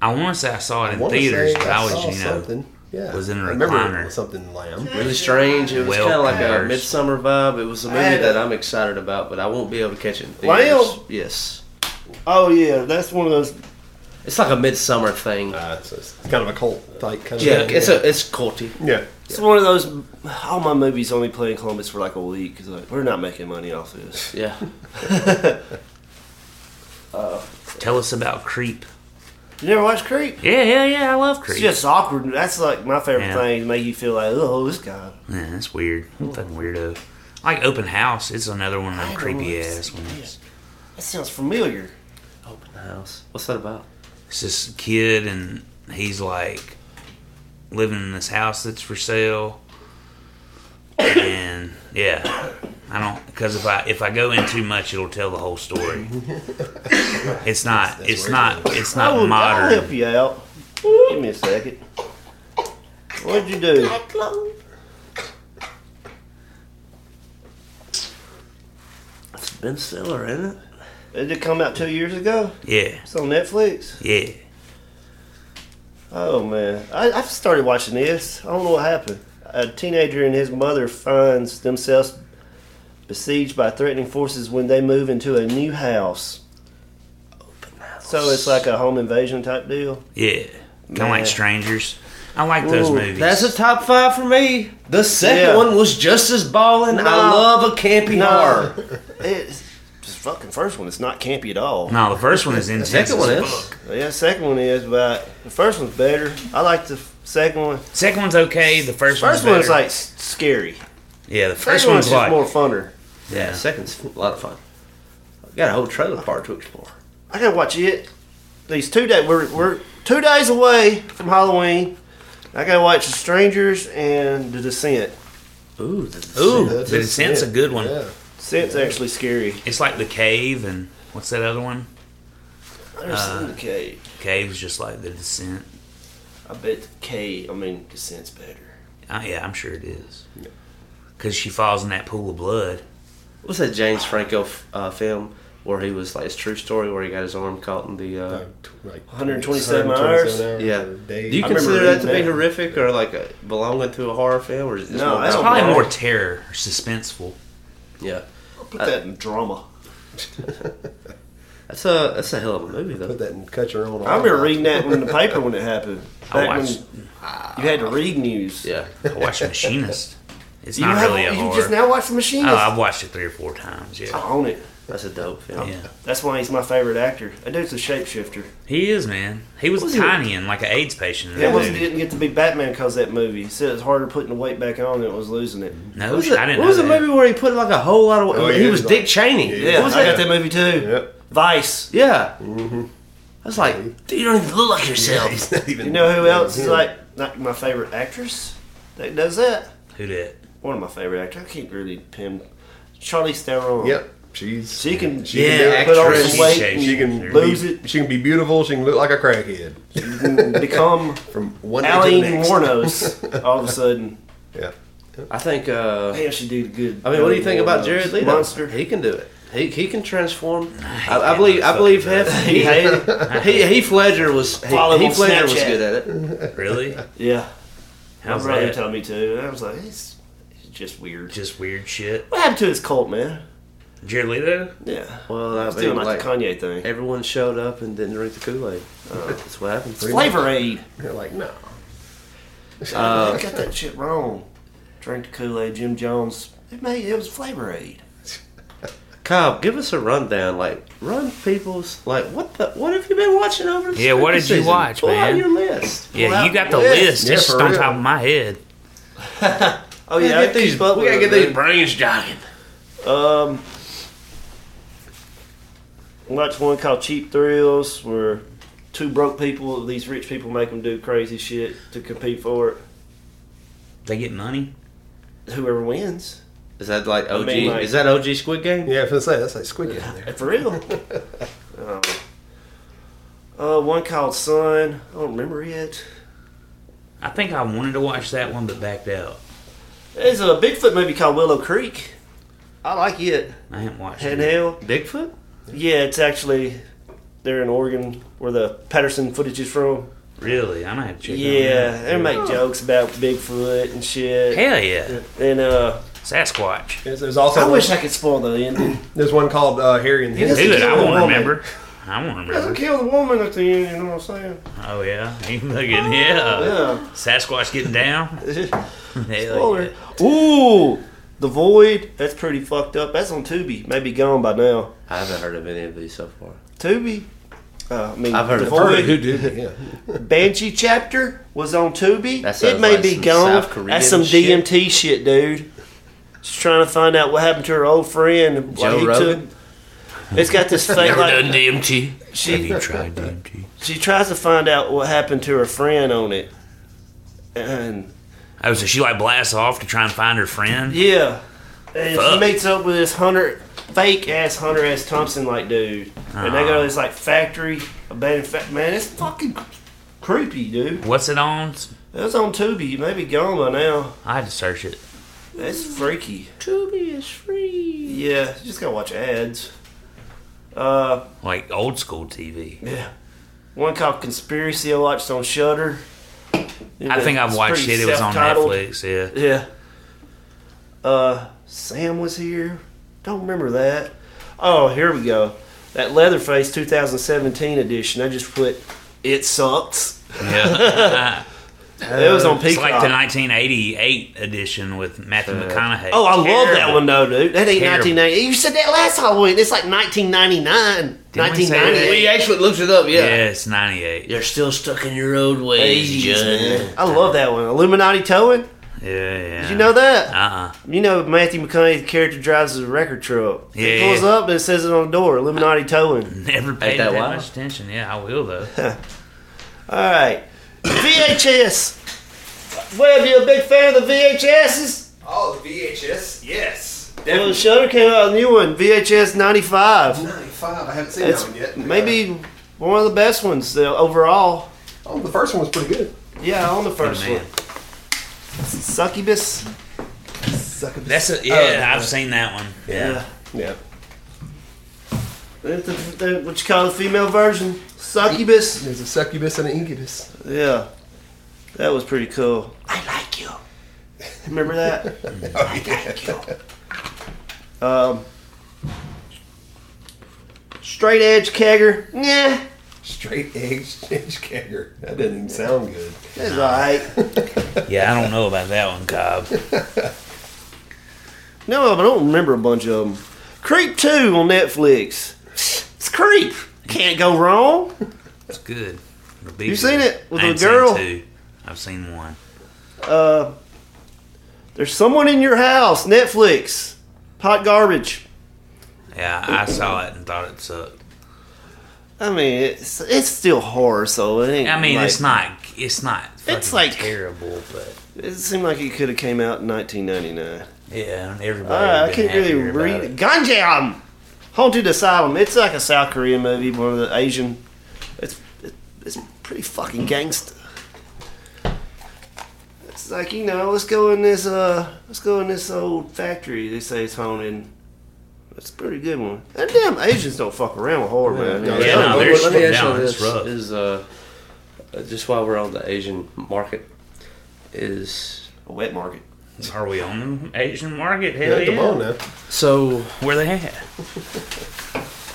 I want to say I saw it I in wanna theaters, say but I was, you know, something. Yeah. was in a I remember recliner. it was something lamb. Really strange. It was Well, kind of like a there's- midsummer vibe. It was a movie had that a- I'm excited about, but I won't be able to catch it. In Lamb? theaters. Yes, Oh yeah, that's one of those. it's like a midsummer thing. Uh, it's, it's kind of a cult type kind yeah, of thing. it's a it's culty. yeah. It's one of those. All my movies only play in Columbus for like a week because like, we're not making money off this. Yeah. tell us about Creep. You never watch Creep? Yeah, yeah, yeah. I love Creep. It's just awkward. That's like my favorite Yeah. thing to make you feel like, oh, this guy. Yeah, that's weird. I'm a fucking weirdo. I Like Open House, it's another one of them don't creepy wanna ass see ones. That sounds familiar. Open house. What's that about? It's this kid and he's like living in this house that's for sale. And yeah, I don't because if I if I go in too much, it'll tell the whole story. It's not. it's not. It's I not will, I'll help modern. you out. Give me a second. What'd you do? It's Ben Stiller, isn't it? Did it come out two years ago? Yeah, It's on Netflix. yeah. Oh man, I, I started watching this. I don't know what happened. A teenager and his mother finds themselves besieged by threatening forces when they move into a new house. So it's like a home invasion type deal. Yeah. Kind of like Strangers. I like those Ooh, movies. That's a top five for me. The second Yeah. one was just as balling. I No. love a campy No. horror. It's just fucking first one. It's not campy at all. no, the first one is intense. Second one as is. fuck. Yeah, second one is, but the first one's better. I like the f- second one. Second one's okay. The first, one's, First one's better. like s- scary. yeah. The first Second one's one's just like more funner. yeah. Second's a lot of fun. I got a whole trailer park to explore. I gotta watch it. These two days we're we're two days away from Halloween. I gotta watch The Strangers and The Descent. Ooh, the, Ooh, Yeah, the that's just Descent's a it. good one. Yeah. Descent's actually scary. It's like the cave and what's that other one? There's the cave. Cave's just like the descent. I bet the cave. I mean, Descent's better. Uh, yeah, I'm sure it is. Because she falls in that pool of blood. what's that James Franco f- uh, film where he was like his true story where he got his arm caught in the. Uh, Like, tw- like 127 127 hours? yeah. or Do days. you I remember consider that to be reading that. horrific or like a, belonging to a horror film or is it just No, more that's about- Probably Yeah. more terror, or suspenseful. yeah. Put that in drama. That's a that's a hell of a movie though. Put that and cut your own. I remember reading that in the paper when it happened. I Back when watched- you had to read news. Yeah. I watched Machinist. It's You, not have, really a you horror. just now watched The Machine. oh, I've watched it three or four times. Yeah, I own it. That's a dope film. yeah. That's why he's my favorite actor. That dude's a shapeshifter. He is man. He was, Was he- tiny and like an AIDS patient. In He that almost movie. didn't get to be Batman because that movie. He said it's harder putting the weight back on than it was losing it. No, What was, shit, it, I didn't what know was the that. movie where he put like a whole lot of? Oh, he yeah, was he's Dick like- Cheney. Yeah. Yeah, I got that movie too. Yep. Vice. Yeah. Mm-hmm. I was like, dude, you don't even look like yourself. He's not even. You know who else is Yeah. like not my favorite actress that does that? Who did? One of my favorite actors. I can't really pin Charlie Theron. Yep. She's She can, she Yeah, can put on actress. some weight She- and she can lose be, it. She can be beautiful. She can look like a crackhead and become from one day to the Aline next. Warnos all of a sudden. Yeah. I think. Uh, Damn, she did good. I mean, what do you think about Warnos. Jared Leto? Monster. He can do it. He, he can transform. I, I believe I believe Heath, he, he Heath Ledger was he, Follow him Heath on Ledger was Snapchat. good at it. Really? Yeah. How's my brother that? told me to. And I was like, it's, it's just weird. Just weird shit. What happened to his cult, man? Jared Leto? Yeah. Well, I It's mean, doing like, like the Kanye thing. everyone showed up and didn't drink the Kool Aid. that's what happens. Flavor Aid. They're like, no. Uh, got that shit wrong. Drink the Kool Aid, Jim Jones. It made it was Flavor Aid. Kyle, give us a rundown. Like, run people's like what the what have you been watching over? this Yeah, what spooky did you season? watch, Pull man? Out your list. Yeah, Well, you got the yeah. list. Yeah, it's just for on real. top of my head. Oh We yeah, gotta get these. keep up We with gotta it, get man. these brains jogging. Um, watch one called Cheap Thrills, where two broke people, these rich people, make them do crazy shit to compete for it. They get money. Whoever wins, Is that like OG? mean, like- is that OG Squid Game? Yeah, I was gonna say that's like squid in there. for real. um, uh, one called Sun. I don't remember yet. I think I wanted to watch that one, but backed out. There's a Bigfoot movie called Willow Creek. I like it. I haven't watched Head it. and hell. Bigfoot? Yeah, it's actually they're in Oregon, where the Patterson footage is from. Really? I might have to check Yeah, that they out. make jokes about Bigfoot and shit. Hell yeah. And uh, Sasquatch. There's, there's also I one, wish I could spoil the ending. there's one called uh, Harry and Henry. Dude, I kill a won't woman. remember. I won't remember. kill the woman at the end. You know what I'm saying? Oh, yeah. He looking, yeah. Yeah. Sasquatch getting down. Hell yeah. Spoiler. Ooh, the void. That's pretty fucked up. That's on Tubi. Maybe gone by now. I haven't heard of any of these so far. Tubi. Uh, I mean, I've heard the of void. Who did it? Yeah. Banshee chapter was on Tubi. That sounds It may like be some gone. South Korean That's some shit. DMT shit, dude. She's trying to find out what happened to her old friend. Joe Like, he Rogan? took- It's got this fake like DMT. Have she you tried DMT? she tries to find out what happened to her friend on it, and Oh, so she like blasts off to try and find her friend? yeah, and Fuck. she meets up with this hunter fake ass hunter ass Thompson like dude, and they Ah. go to this like factory abandoned fa- man. It's fucking creepy, dude. What's it on? That was on Tubi. You may be gone by now. I had to search it. That's freaky. Tubi is free. Yeah, you just gotta watch ads. Uh, Like old school TV. yeah. One called Conspiracy I watched on Shudder. I think I've watched it. It was on Netflix. Yeah. Yeah. Uh, Sam was here. Don't remember that. Oh, here we go. That Leatherface 2017 edition. I just put it sucks. Yeah. it was on Peacock. Uh, it's like the 1988 edition with Matthew McConaughey. Oh, I love that Terrible. one though, dude. That ain't Terrible. 1990. You said that last Halloween. It's like 1999, Didn't we say that? 1998. We actually looked it up. Yeah. Yeah, it's 98. You're still stuck in your old ways, John. I love that one. Illuminati towing. Yeah, yeah. Did you know that? Uh-uh. You know Matthew McConaughey's character drives a record truck. Yeah, He pulls yeah. up and it says it on the door. Illuminati towing. Never paid that that, wild. much attention. Yeah, I will, though. All right, VHS. Webb, you a big fan of the VHSs? Oh, VHS. Yes. Well, Shutter came out with a new one, VHS 95. 95. I haven't seen It's that one yet. maybe one of the best ones uh, overall. Oh, the first one was pretty good. Yeah, on the first Oh, man. one. Succubus. Succubus. That's a, yeah, I've seen that one. Yeah. Yeah. Yeah. That's the- the- what you call the female version? Succubus. There's a succubus and an incubus. Yeah. That was pretty cool. I like you. Remember that? Oh, yeah. Um, Straight edge kegger. Nah. Straight edge edge kegger. That doesn't even sound good. That's alright. Yeah, I don't know about that one, Cobb. No, I don't remember a bunch of them. Creep 2 on Netflix. It's Creep. Can't go wrong. It's good. It'll be You good. seen it with I the ain't seen girl? two. I've seen one. There's someone in your house. Netflix. Hot garbage. Yeah, I saw it and thought it sucked. I mean, it's it's still horror, so it ain't. I mean, like- it's not. It's not. It's fucking like- terrible, but It seemed like it could have came out in 1999. yeah, and everybody. Uh, I would've been can't really happier about read it. it. Ganjam! Haunted Asylum. It's like a South Korean movie, one of the Asian. It's it, it's pretty fucking gangster. It's like you know, let's go in this uh, let's go in this old factory. They say it's haunted. That's a pretty good one. And damn, Asians don't fuck around with horror, man. Yeah, Yeah, Let me- no, they're let me slipping ask you down. It's This rough. is uh, uh, just while we're on the Asian market is A wet market. Are we on the Asian market? Yeah, Hell yeah. come on now. so Where they at?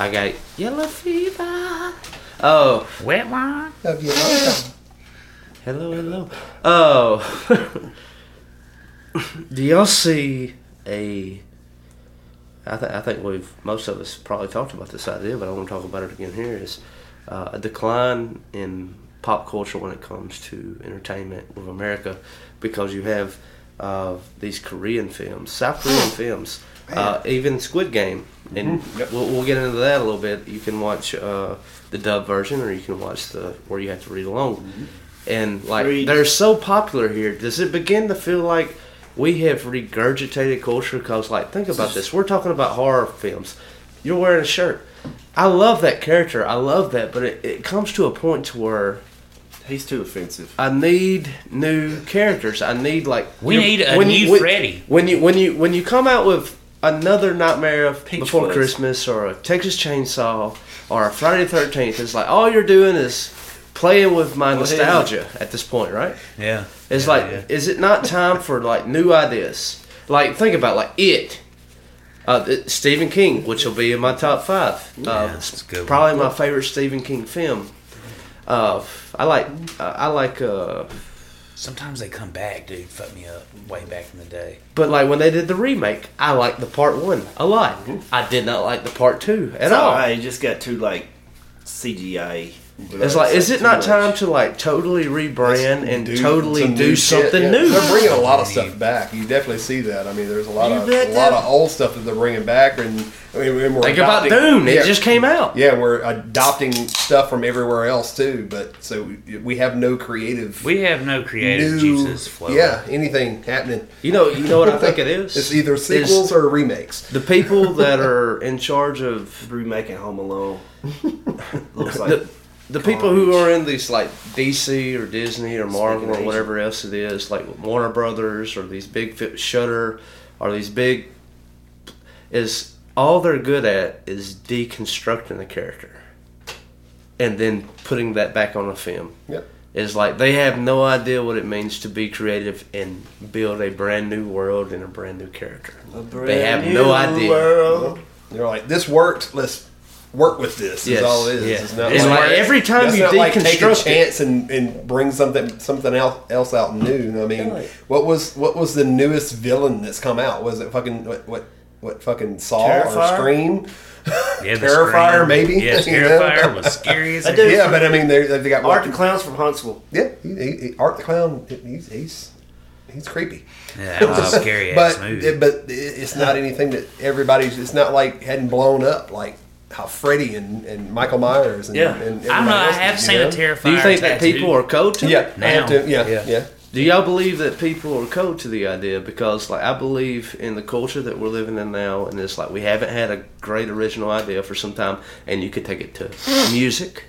I got yellow fever. Oh, Wet wine? Have you not? hello, hello. Oh, do y'all see a? I, th- I think we've most of us probably talked about this idea, but I want to talk about it again here. Is uh, a decline in pop culture when it comes to entertainment with America, because you have uh, these Korean films, South Korean films, uh, even Squid Game, and we'll, we'll get into that a little bit. You can watch uh, the dub version, or you can watch the where you have to read along, and like Read. they're so popular here. Does it begin to feel like we have regurgitated culture? Because like think about this, we're talking about horror films. You're wearing a shirt. I love that character. I love that, but it, it comes to a point to where He's too offensive. I need new characters. I need like We you're- need a new when, Freddy. When you when you when you come out with another Nightmare of Before Floods. Christmas or a Texas Chainsaw or a Friday the Thirteenth, it's like all you're doing is playing with my nostalgia at this point, right? Yeah. It's Yeah, like, yeah. is it not time for like new ideas? Like, think about like it. Uh, th- Stephen King, which will be in my top five. uh, that's a good one. probably my favorite Stephen King film. Uh, I like, uh, I like, uh, Sometimes they come back, dude. Fuck me up. Way back in the day. but like when they did the remake, I liked the part one a lot. I did not like the part two at all. Alright, he just got too like CGI. It's like, is it not Too much. time to like totally rebrand and totally some do new shit, something yeah. new? They're bringing a lot of stuff back. You definitely see that. I mean, there's a lot You of bet a lot that- of old stuff that they're bringing back, and I mean, and we're Think about adopting- Dune. Yeah. It just came out. Yeah, we're adopting stuff from everywhere else too, but so we- we have no creative, We have no creative new, juices flowing. yeah, anything happening. You know, you know what I think it is. e- It's either Is sequels or remakes. the people that are in charge of Remaking Home Alone. Looks like the, the people who are in these like DC or Disney or Marvel or Asian. whatever else it is, like Warner Brothers or these big fi- Shutter or these big is all they're good at is deconstructing the character and then putting that back on a film. Yep. is like they have no idea what it means to be creative and build a brand new world and a brand new character. they have no idea. World. They're like, this worked. Let's work with this. Yes, Is all it is. yeah. It's not And like, like every time that's you not like take a deconstruct it- chance and, and bring something something else else out new. I mean, what was what was the newest villain that's come out? Was it fucking what what, what fucking Saw Terrifier? or Scream? Yeah, the Terrifier, scream. maybe? Yeah, You know? Terrifier was scary as I hell. do. Yeah, but I mean, they they got what- Art the Clown's from Huntsville. Yeah, he, he, he- Art the Clown. He's he's he's creepy. Yeah, that was a Oh, scary ass but movie. it- but it- it's not anything that everybody's. It's not like hadn't blown up like how Freddy and, and Michael Myers and, and Yeah. I don't everybody know. I else have did, seen you a know? terrifier. Do you think that tattoo. people are cold to Yeah, it? I have now. to, yeah, yeah, yeah. Do y'all believe that people are cold to the idea? Because like I believe in the culture that we're living in now, and it's like we haven't had a great original idea for some time, and you could take it to music.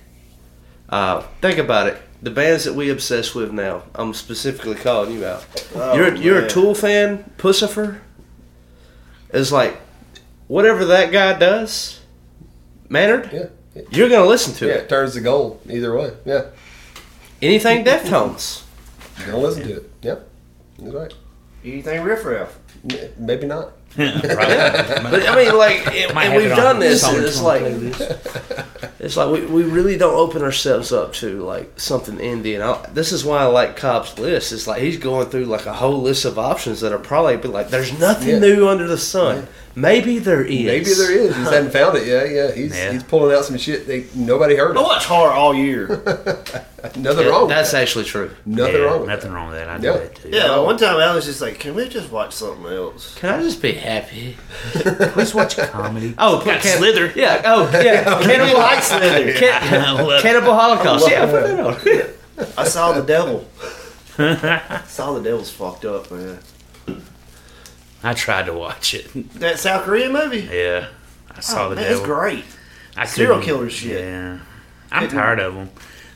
Uh, think about it. The bands that we obsess with now. I'm specifically calling Oh, you out. Oh, you're you're a man. Tool fan, Pussifer. It's like whatever that guy does, Maynard. Yeah, yeah. You're gonna listen to It it. turns to gold either way. Yeah, Anything Deftones. don't listen to it. Yep, that's right. Anything riff raff. M- Maybe not. But I mean, like, it, Might and have we've it on done this. solid and It's like, it's like we, we really don't open ourselves up to like something indie. And I, this is why I like Cobb's list. It's like he's going through like a whole list of options that are probably be like, there's nothing Yeah. new under the sun. Maybe there is. Maybe there is. He hasn't found it. Yeah, yeah. He's Yeah. he's pulling out some shit they nobody heard I of. watch horror all year. Nothing Yeah, wrong. that's with actually true. that. nothing yeah, wrong. With nothing wrong with that. I do Yeah. that too. yeah, one time I was just like, can we just watch something else? Can I just be happy? Please watch comedy. Oh, put Got Slither. Yeah. Oh, yeah. Cannibal Like Slither. Can- I love it. Cannibal Holocaust. Yeah, put that on. I saw the devil. saw the devil's fucked up, man. I tried to watch it. That South Korean movie? Yeah, I saw Oh, the man, devil. it's great. I Serial couldn't- killer shit. Yeah, I'm tired of them.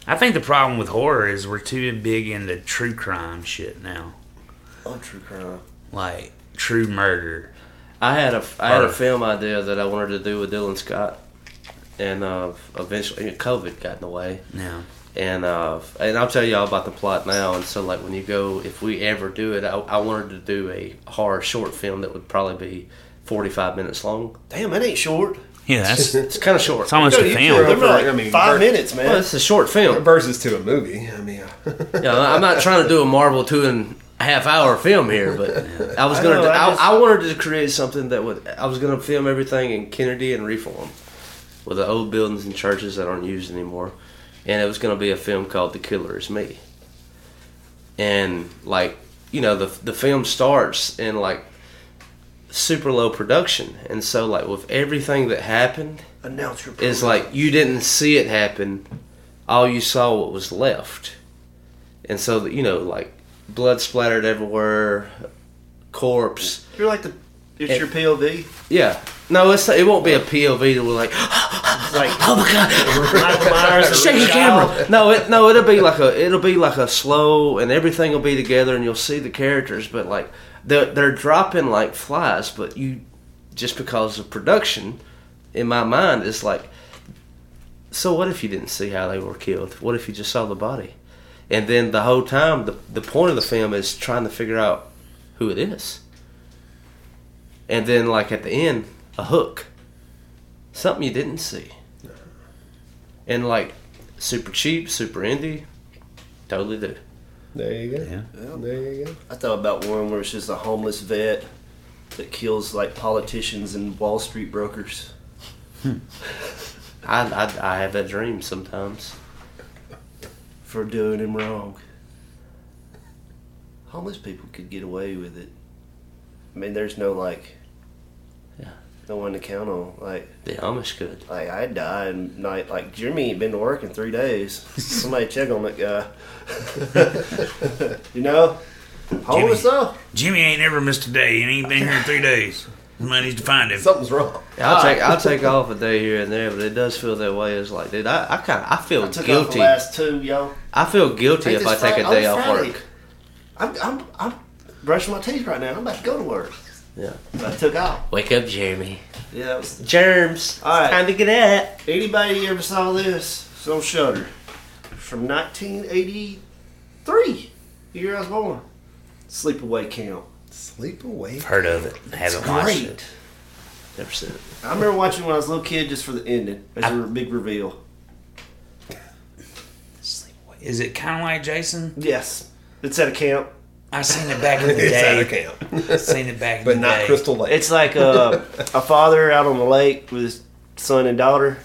I think the problem with horror is we're too big into true crime shit now, Oh, true crime. like true murder. I had a I had a Or- film idea that I wanted to do with Dylan Scott, and uh, eventually COVID got in the way. Now, And uh, and I'll tell y'all about the plot now. And so like when you go, if we ever do it, I, I wanted to do a horror short film that would probably be forty five minutes long. Damn, that ain't short. yeah, that's it's It's kind of short. almost Yo, a you film. killed them like I mean, five bird- minutes, man. Well, it's a short film. Versus to a movie. I mean, Yeah, I'm not trying to do a Marvel two and a half hour film here, but I was gonna. I know, I, do, I I, just- I wanted to create something that would. I was gonna film everything in Kennedy and Reform, with the old buildings and churches that aren't used anymore, and it was gonna be a film called The Killer Is Me. And like you know, the the film starts in like super low production, and so like with everything that happened, Announce your is like you didn't see it happen. All you saw what was left, and so you know, like blood splattered everywhere, corpse. You're like the. It's It- your POV. Yeah, no, it's it won't be a POV that we're like, oh It's like my god, Michael Myers. or shake Ray the Charles. camera. No, it no, it'll be like a it'll be like a slow, and everything will be together, and you'll see the characters, but like they're they're dropping like flies, but you just because of production, in my mind, it's like. So what if you didn't see how they were killed? What if you just saw the body? And then the whole time, the the point of the film is trying to figure out who it is. And then, like at the end, a hook, something you didn't see and like super cheap, super indie. Totally do. there you go. Yeah. There you go. I thought about one where it's just a homeless vet that kills like politicians and Wall Street brokers. Hmm. I, I, I have that dream sometimes. for doing him wrong. Homeless people could get away with it. I mean, there's no like, Yeah. no one to count on. Like, The Amish could. like I die and night. Like Jeremy ain't been to work in three days. Somebody check on that guy. you know, homeless Jimmy. though. Jimmy ain't never missed a day. He ain't been here in three days. Somebody needs to find him. Something's wrong. I'll take I'll take off a day here and there, but it does feel that way. It's like, dude, I, I kind of I feel I took off the guilty. last two, y'all. I feel guilty if I this take a Fri- day oh, off Friday. work. I'm, I'm, I'm brushing my teeth right now. I'm about to go to work. Yeah. I took off. Wake up, Jeremy. Yeah, that was Germs. All right. Time to get up. Anybody ever saw this? So shudder. from 1983, the year I was born. Sleepaway Camp. Sleep away. Heard of it? Haven't watched it. Never seen it. I remember watching when I was a little kid just for the ending. It's a big reveal. Is it kind of like Jason? Yes. It's at a camp. I seen it back in the It's day. out of camp, I seen it back in but the not day. Crystal Lake. It's like a, a father out on the lake with his son and daughter.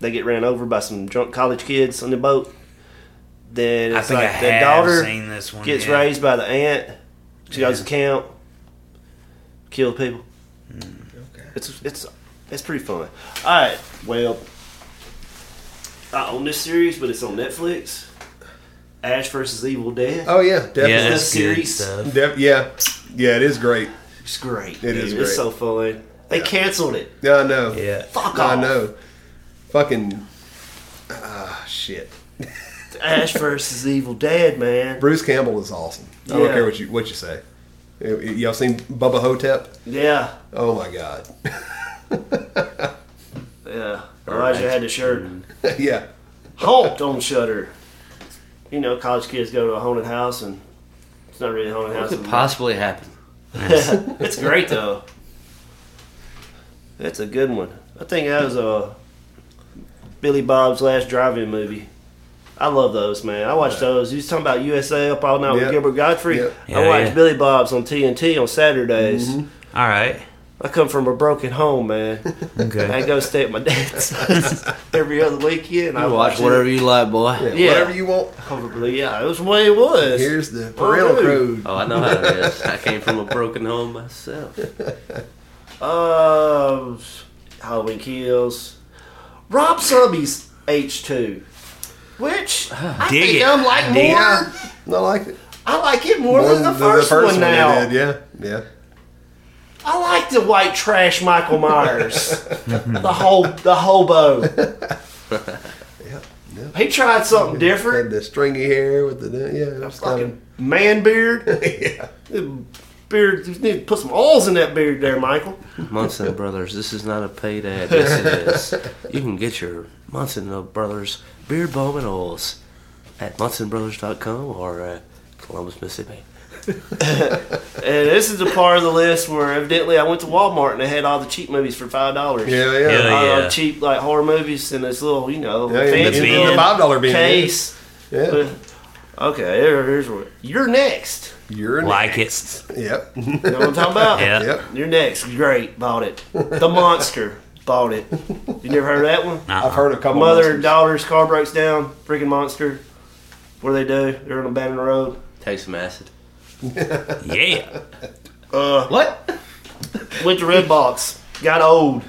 They get ran over by some drunk college kids on the boat. Then I it's think I like the have daughter seen this one. gets yeah. raised by the aunt. She goes to camp, kill people. Hmm. It's it's it's pretty fun. All right, well, I own this series, but it's on Netflix. Ash versus Evil Dead. oh yeah, definitely. Yeah, that's good series. stuff. Def- yeah, yeah. It is great. It's great. It dude. is It's great. so fun. They canceled it. Yeah, I know. Yeah. Fuck I off. know. Fucking ah shit. Ash versus Evil Dead, man. Bruce Campbell is awesome. I don't Yeah. care what you what you say. Y- y- Y'all seen Bubba Hotep? Yeah, Oh my god. yeah. Elijah had the shirt yeah. honked on Shutter. You know, college kids go to a haunted house, and it's not really a haunted What house. could possibly happen? It's great though. That's a good one. I think that was uh, Billy Bob's last drive-in movie. I love those, man. I watch those. You was talking about USA up all night Yep. with Gilbert Godfrey. Yep. Yeah, I watch yeah. Mm-hmm. Billy Bob's on TNT on Saturdays. All right. I come from a broken home, man. I Okay. go stay at my dad's house every other weekend. I I watch it. whatever you like, boy. Yeah. Whatever you want. Probably, yeah. It was the way it was. Here's the Will Perel do. Code. Oh, I know how it is. I came from a broken home myself. Uh, Halloween Kills. Rob Zombie's H2. Which I Dig think it. I'm like Dig it. more. I like it. I like it more More than the than first, one they now. did, Yeah. Yeah. I like the white trash Michael Myers, the whole the hobo. He tried something Had different. the stringy hair with the yeah. That's Fucking man beard. yeah. Beard. You need to put some oils in that beard there, Michael. Munson Brothers, this is not a paid ad. Yes, it is. You can get your Munson Brothers beer balm and oils at munsonbrothers.com or uh, Columbus, Mississippi. And this is the part of the list where evidently I went to Walmart and they had all the cheap movies for five dollars. Yeah. Oh, Yeah. Yeah. uh, cheap like horror movies and this little you know Yeah, yeah, fancy the little bin. Five dollar bin, yeah. case. Yeah. Okay, here- here's where you're next. You're an- Like it. Yep. You know what I'm talking about? Oh, Yeah. Yep. You're next. Great, bought it. The monster bought it. You never heard of that one? Uh-uh. I've heard a couple. Mother monsters. and daughter's car breaks down. Freaking monster. What do they do? They're on an abandoned road. Take some acid. Yeah. What? Uh, Went to Red Box. Got old.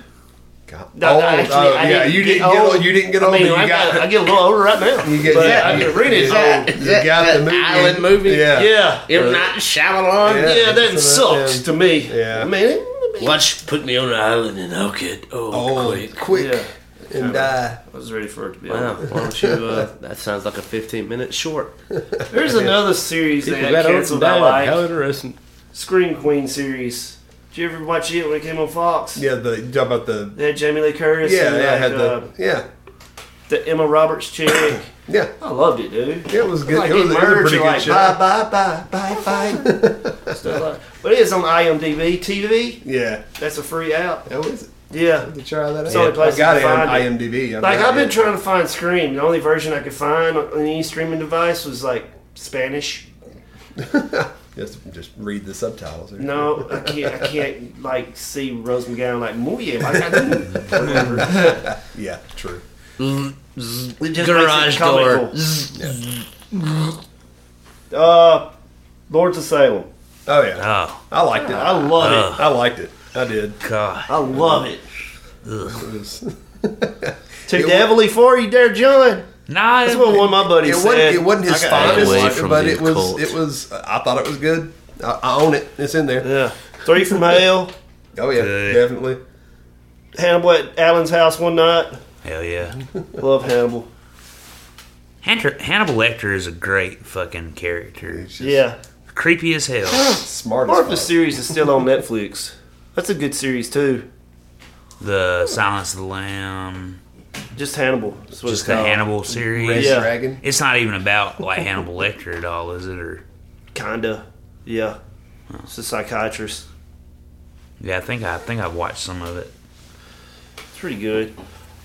God. No, oh, no, actually, oh, I yeah. didn't You get didn't get old. old. You didn't get I old. mean, you I, got. got, I get a little older right now. you get, but yeah, I you- get really you- old. You got the movie. island movie? Yeah. Yeah. If not Shyamalan, Yeah, Yeah, that that's sucks about to me. Yeah. I mean, it- watch Put Me on an Island and I'll get old, quick. quick, Yeah. and uh, die. I was ready for it to be Wow, over. why don't you? Uh, that sounds like a 15 minute short. There's another series that got canceled I How like. interesting. Scream Queen series. Did you ever watch it when it came on Fox? Yeah, the you talk about the They had Jamie Lee Curtis yeah, and yeah, I like, had uh, the yeah, the Emma Roberts chick. yeah. I loved it, dude. It was good. Like, it, was, it was a merged, pretty good like, show. Bye, bye, bye, bye, bye. Stuff like But it is on IMDb TV. Yeah, That's a free app. that was. Yeah. To try that out. the only place I got you it can on find IMDb. I Like, got I've been it. trying to find Scream. The only version I could find on any streaming device was, like, Spanish. Just, just read the subtitles. or- No, I can't. I can't like see Rose McGowan like muy bien. Like, I didn't. Whatever. Yeah, true. It just Garage makes it comical. door. Uh, Lords of Salem. Oh yeah, Oh I liked it. I love it. I liked it. I did. God. I love it. It was. Too devilly for you, there, John. Nah. That's what one of my buddies It wasn't, said. it wasn't his I got- away finest, from but the it was. occult. It was. I thought it was good. I, I own it. It's in there. Yeah, three from hell. Oh yeah, Good. definitely. Hannibal at Allen's house one night. Hell yeah. Love Hannibal. Hunter, Hannibal Lecter is a great fucking character. It's just Yeah, Creepy as hell. smart. as Martha fuck. series is still on Netflix. That's a good series too. the Silence of the Lamb. Just Hannibal. That's what Just it's the called. Hannibal series. Red Yeah. Dragon. It's not even about like Hannibal Lecter at all, is it? Or Kinda. Yeah. It's a psychiatrist. yeah, I think I think I've watched some of it. It's pretty good.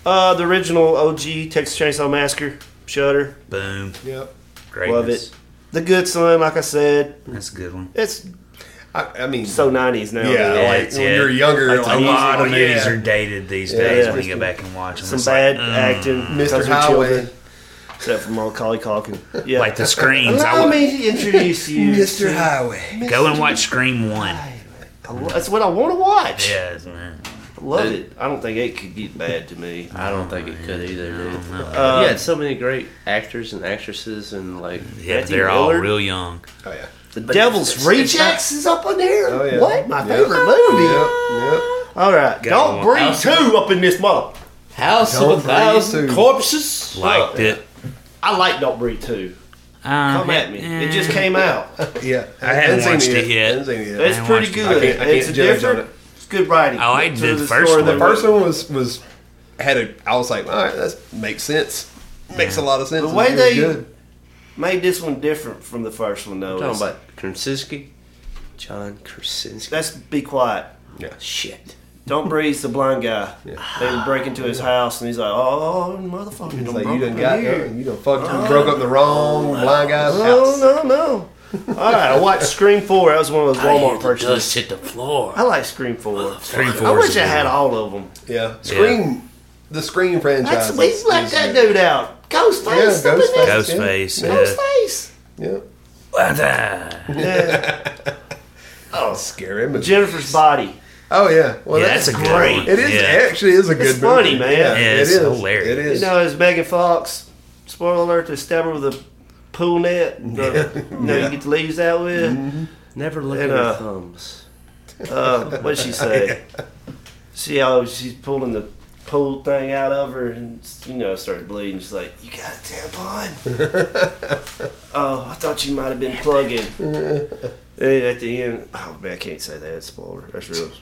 Uh, the original OG Texas Chainsaw Massacre. Shudder. Boom, Yep. great. Love it. The Good Son, like I said, That's a good one. it's I, I mean, so 90s now. yeah, Yeah, like it's when it. you're younger, Like, a like, oh, lot of yeah. movies are dated these days Yeah. when you go back and watch them. Some It's bad like, mm. ugh. acting. Mr. because we're Highway. children, Except for Macaulay Culkin. Yeah. Like the screams. I Allow would, me to introduce you. to- Highway. go and watch Scream One. I lo- That's what I want to watch. Yeah, it's- man. I love it. I don't think it could get bad to me. I don't think it could either. Dude. No, Uh, Um, yeah, so many great actors and actresses and like yeah, Matthew they're all Lillard. real young. Oh yeah. The Devil's it's- it's Rejects is up in here. Oh yeah. What? Yep. My favorite movie. Yep. Yep. All right. one. Don't breathe two up in this mother. House Don't of a Breathe Thousand Two. Corpses. Liked it. I like Don't Breathe two. Um, Come at me. It just came out. Yeah. I haven't seen watched it yet. I haven't seen it yet. It's I pretty watched it. good. I can't- I it's a can't judge on different. it. It's good writing. I liked To the first story one. The that- first one was was had a. I was like, all right, that makes sense. Makes a lot of sense. The way It was they- good. made this one different from the first one though. Talking It's- about Krasinski, John Krasinski. That's be quiet. Yeah. shit. Don't breathe the blind guy. They break into his house and he's like, "Oh, motherfucker, It's don't like broke you done up got here." Oh. you done fucked you broke up the wrong blind guy's No, house. no, no. All right, I watched Scream Four. That was one of those Walmart purchases. hit the floor. I like Scream Four. Scream I 4 's wish a I good had one. all of them. Yeah. Scream. The Scream franchise. That's we is- left is that good. dude out. Ghostface. Yeah, up in there. Ghostface. Ghostface. Yeah. Yeah. Ghostface. What, uh, Oh, Scary movie. Jennifer's body. Oh yeah. Well, yeah, that's, that's a good great. one. it is Yeah. actually is a good It's funny, movie. man. Yeah, Yeah, it it's is hilarious. It You is. know, it's Megan Fox. Spoiler alert: They stab her with a pool net. The, You know, Yeah. Mm-hmm. you get the leaves out with. Never look And, at uh, her thumbs. uh, what'd she say? She how she's pulling the pool thing out of her, and you know, started bleeding. She's like, "You got a tampon?" oh, I thought you might have been plugging. And at the end, oh man, I can't say that. It's spoiler. That's real.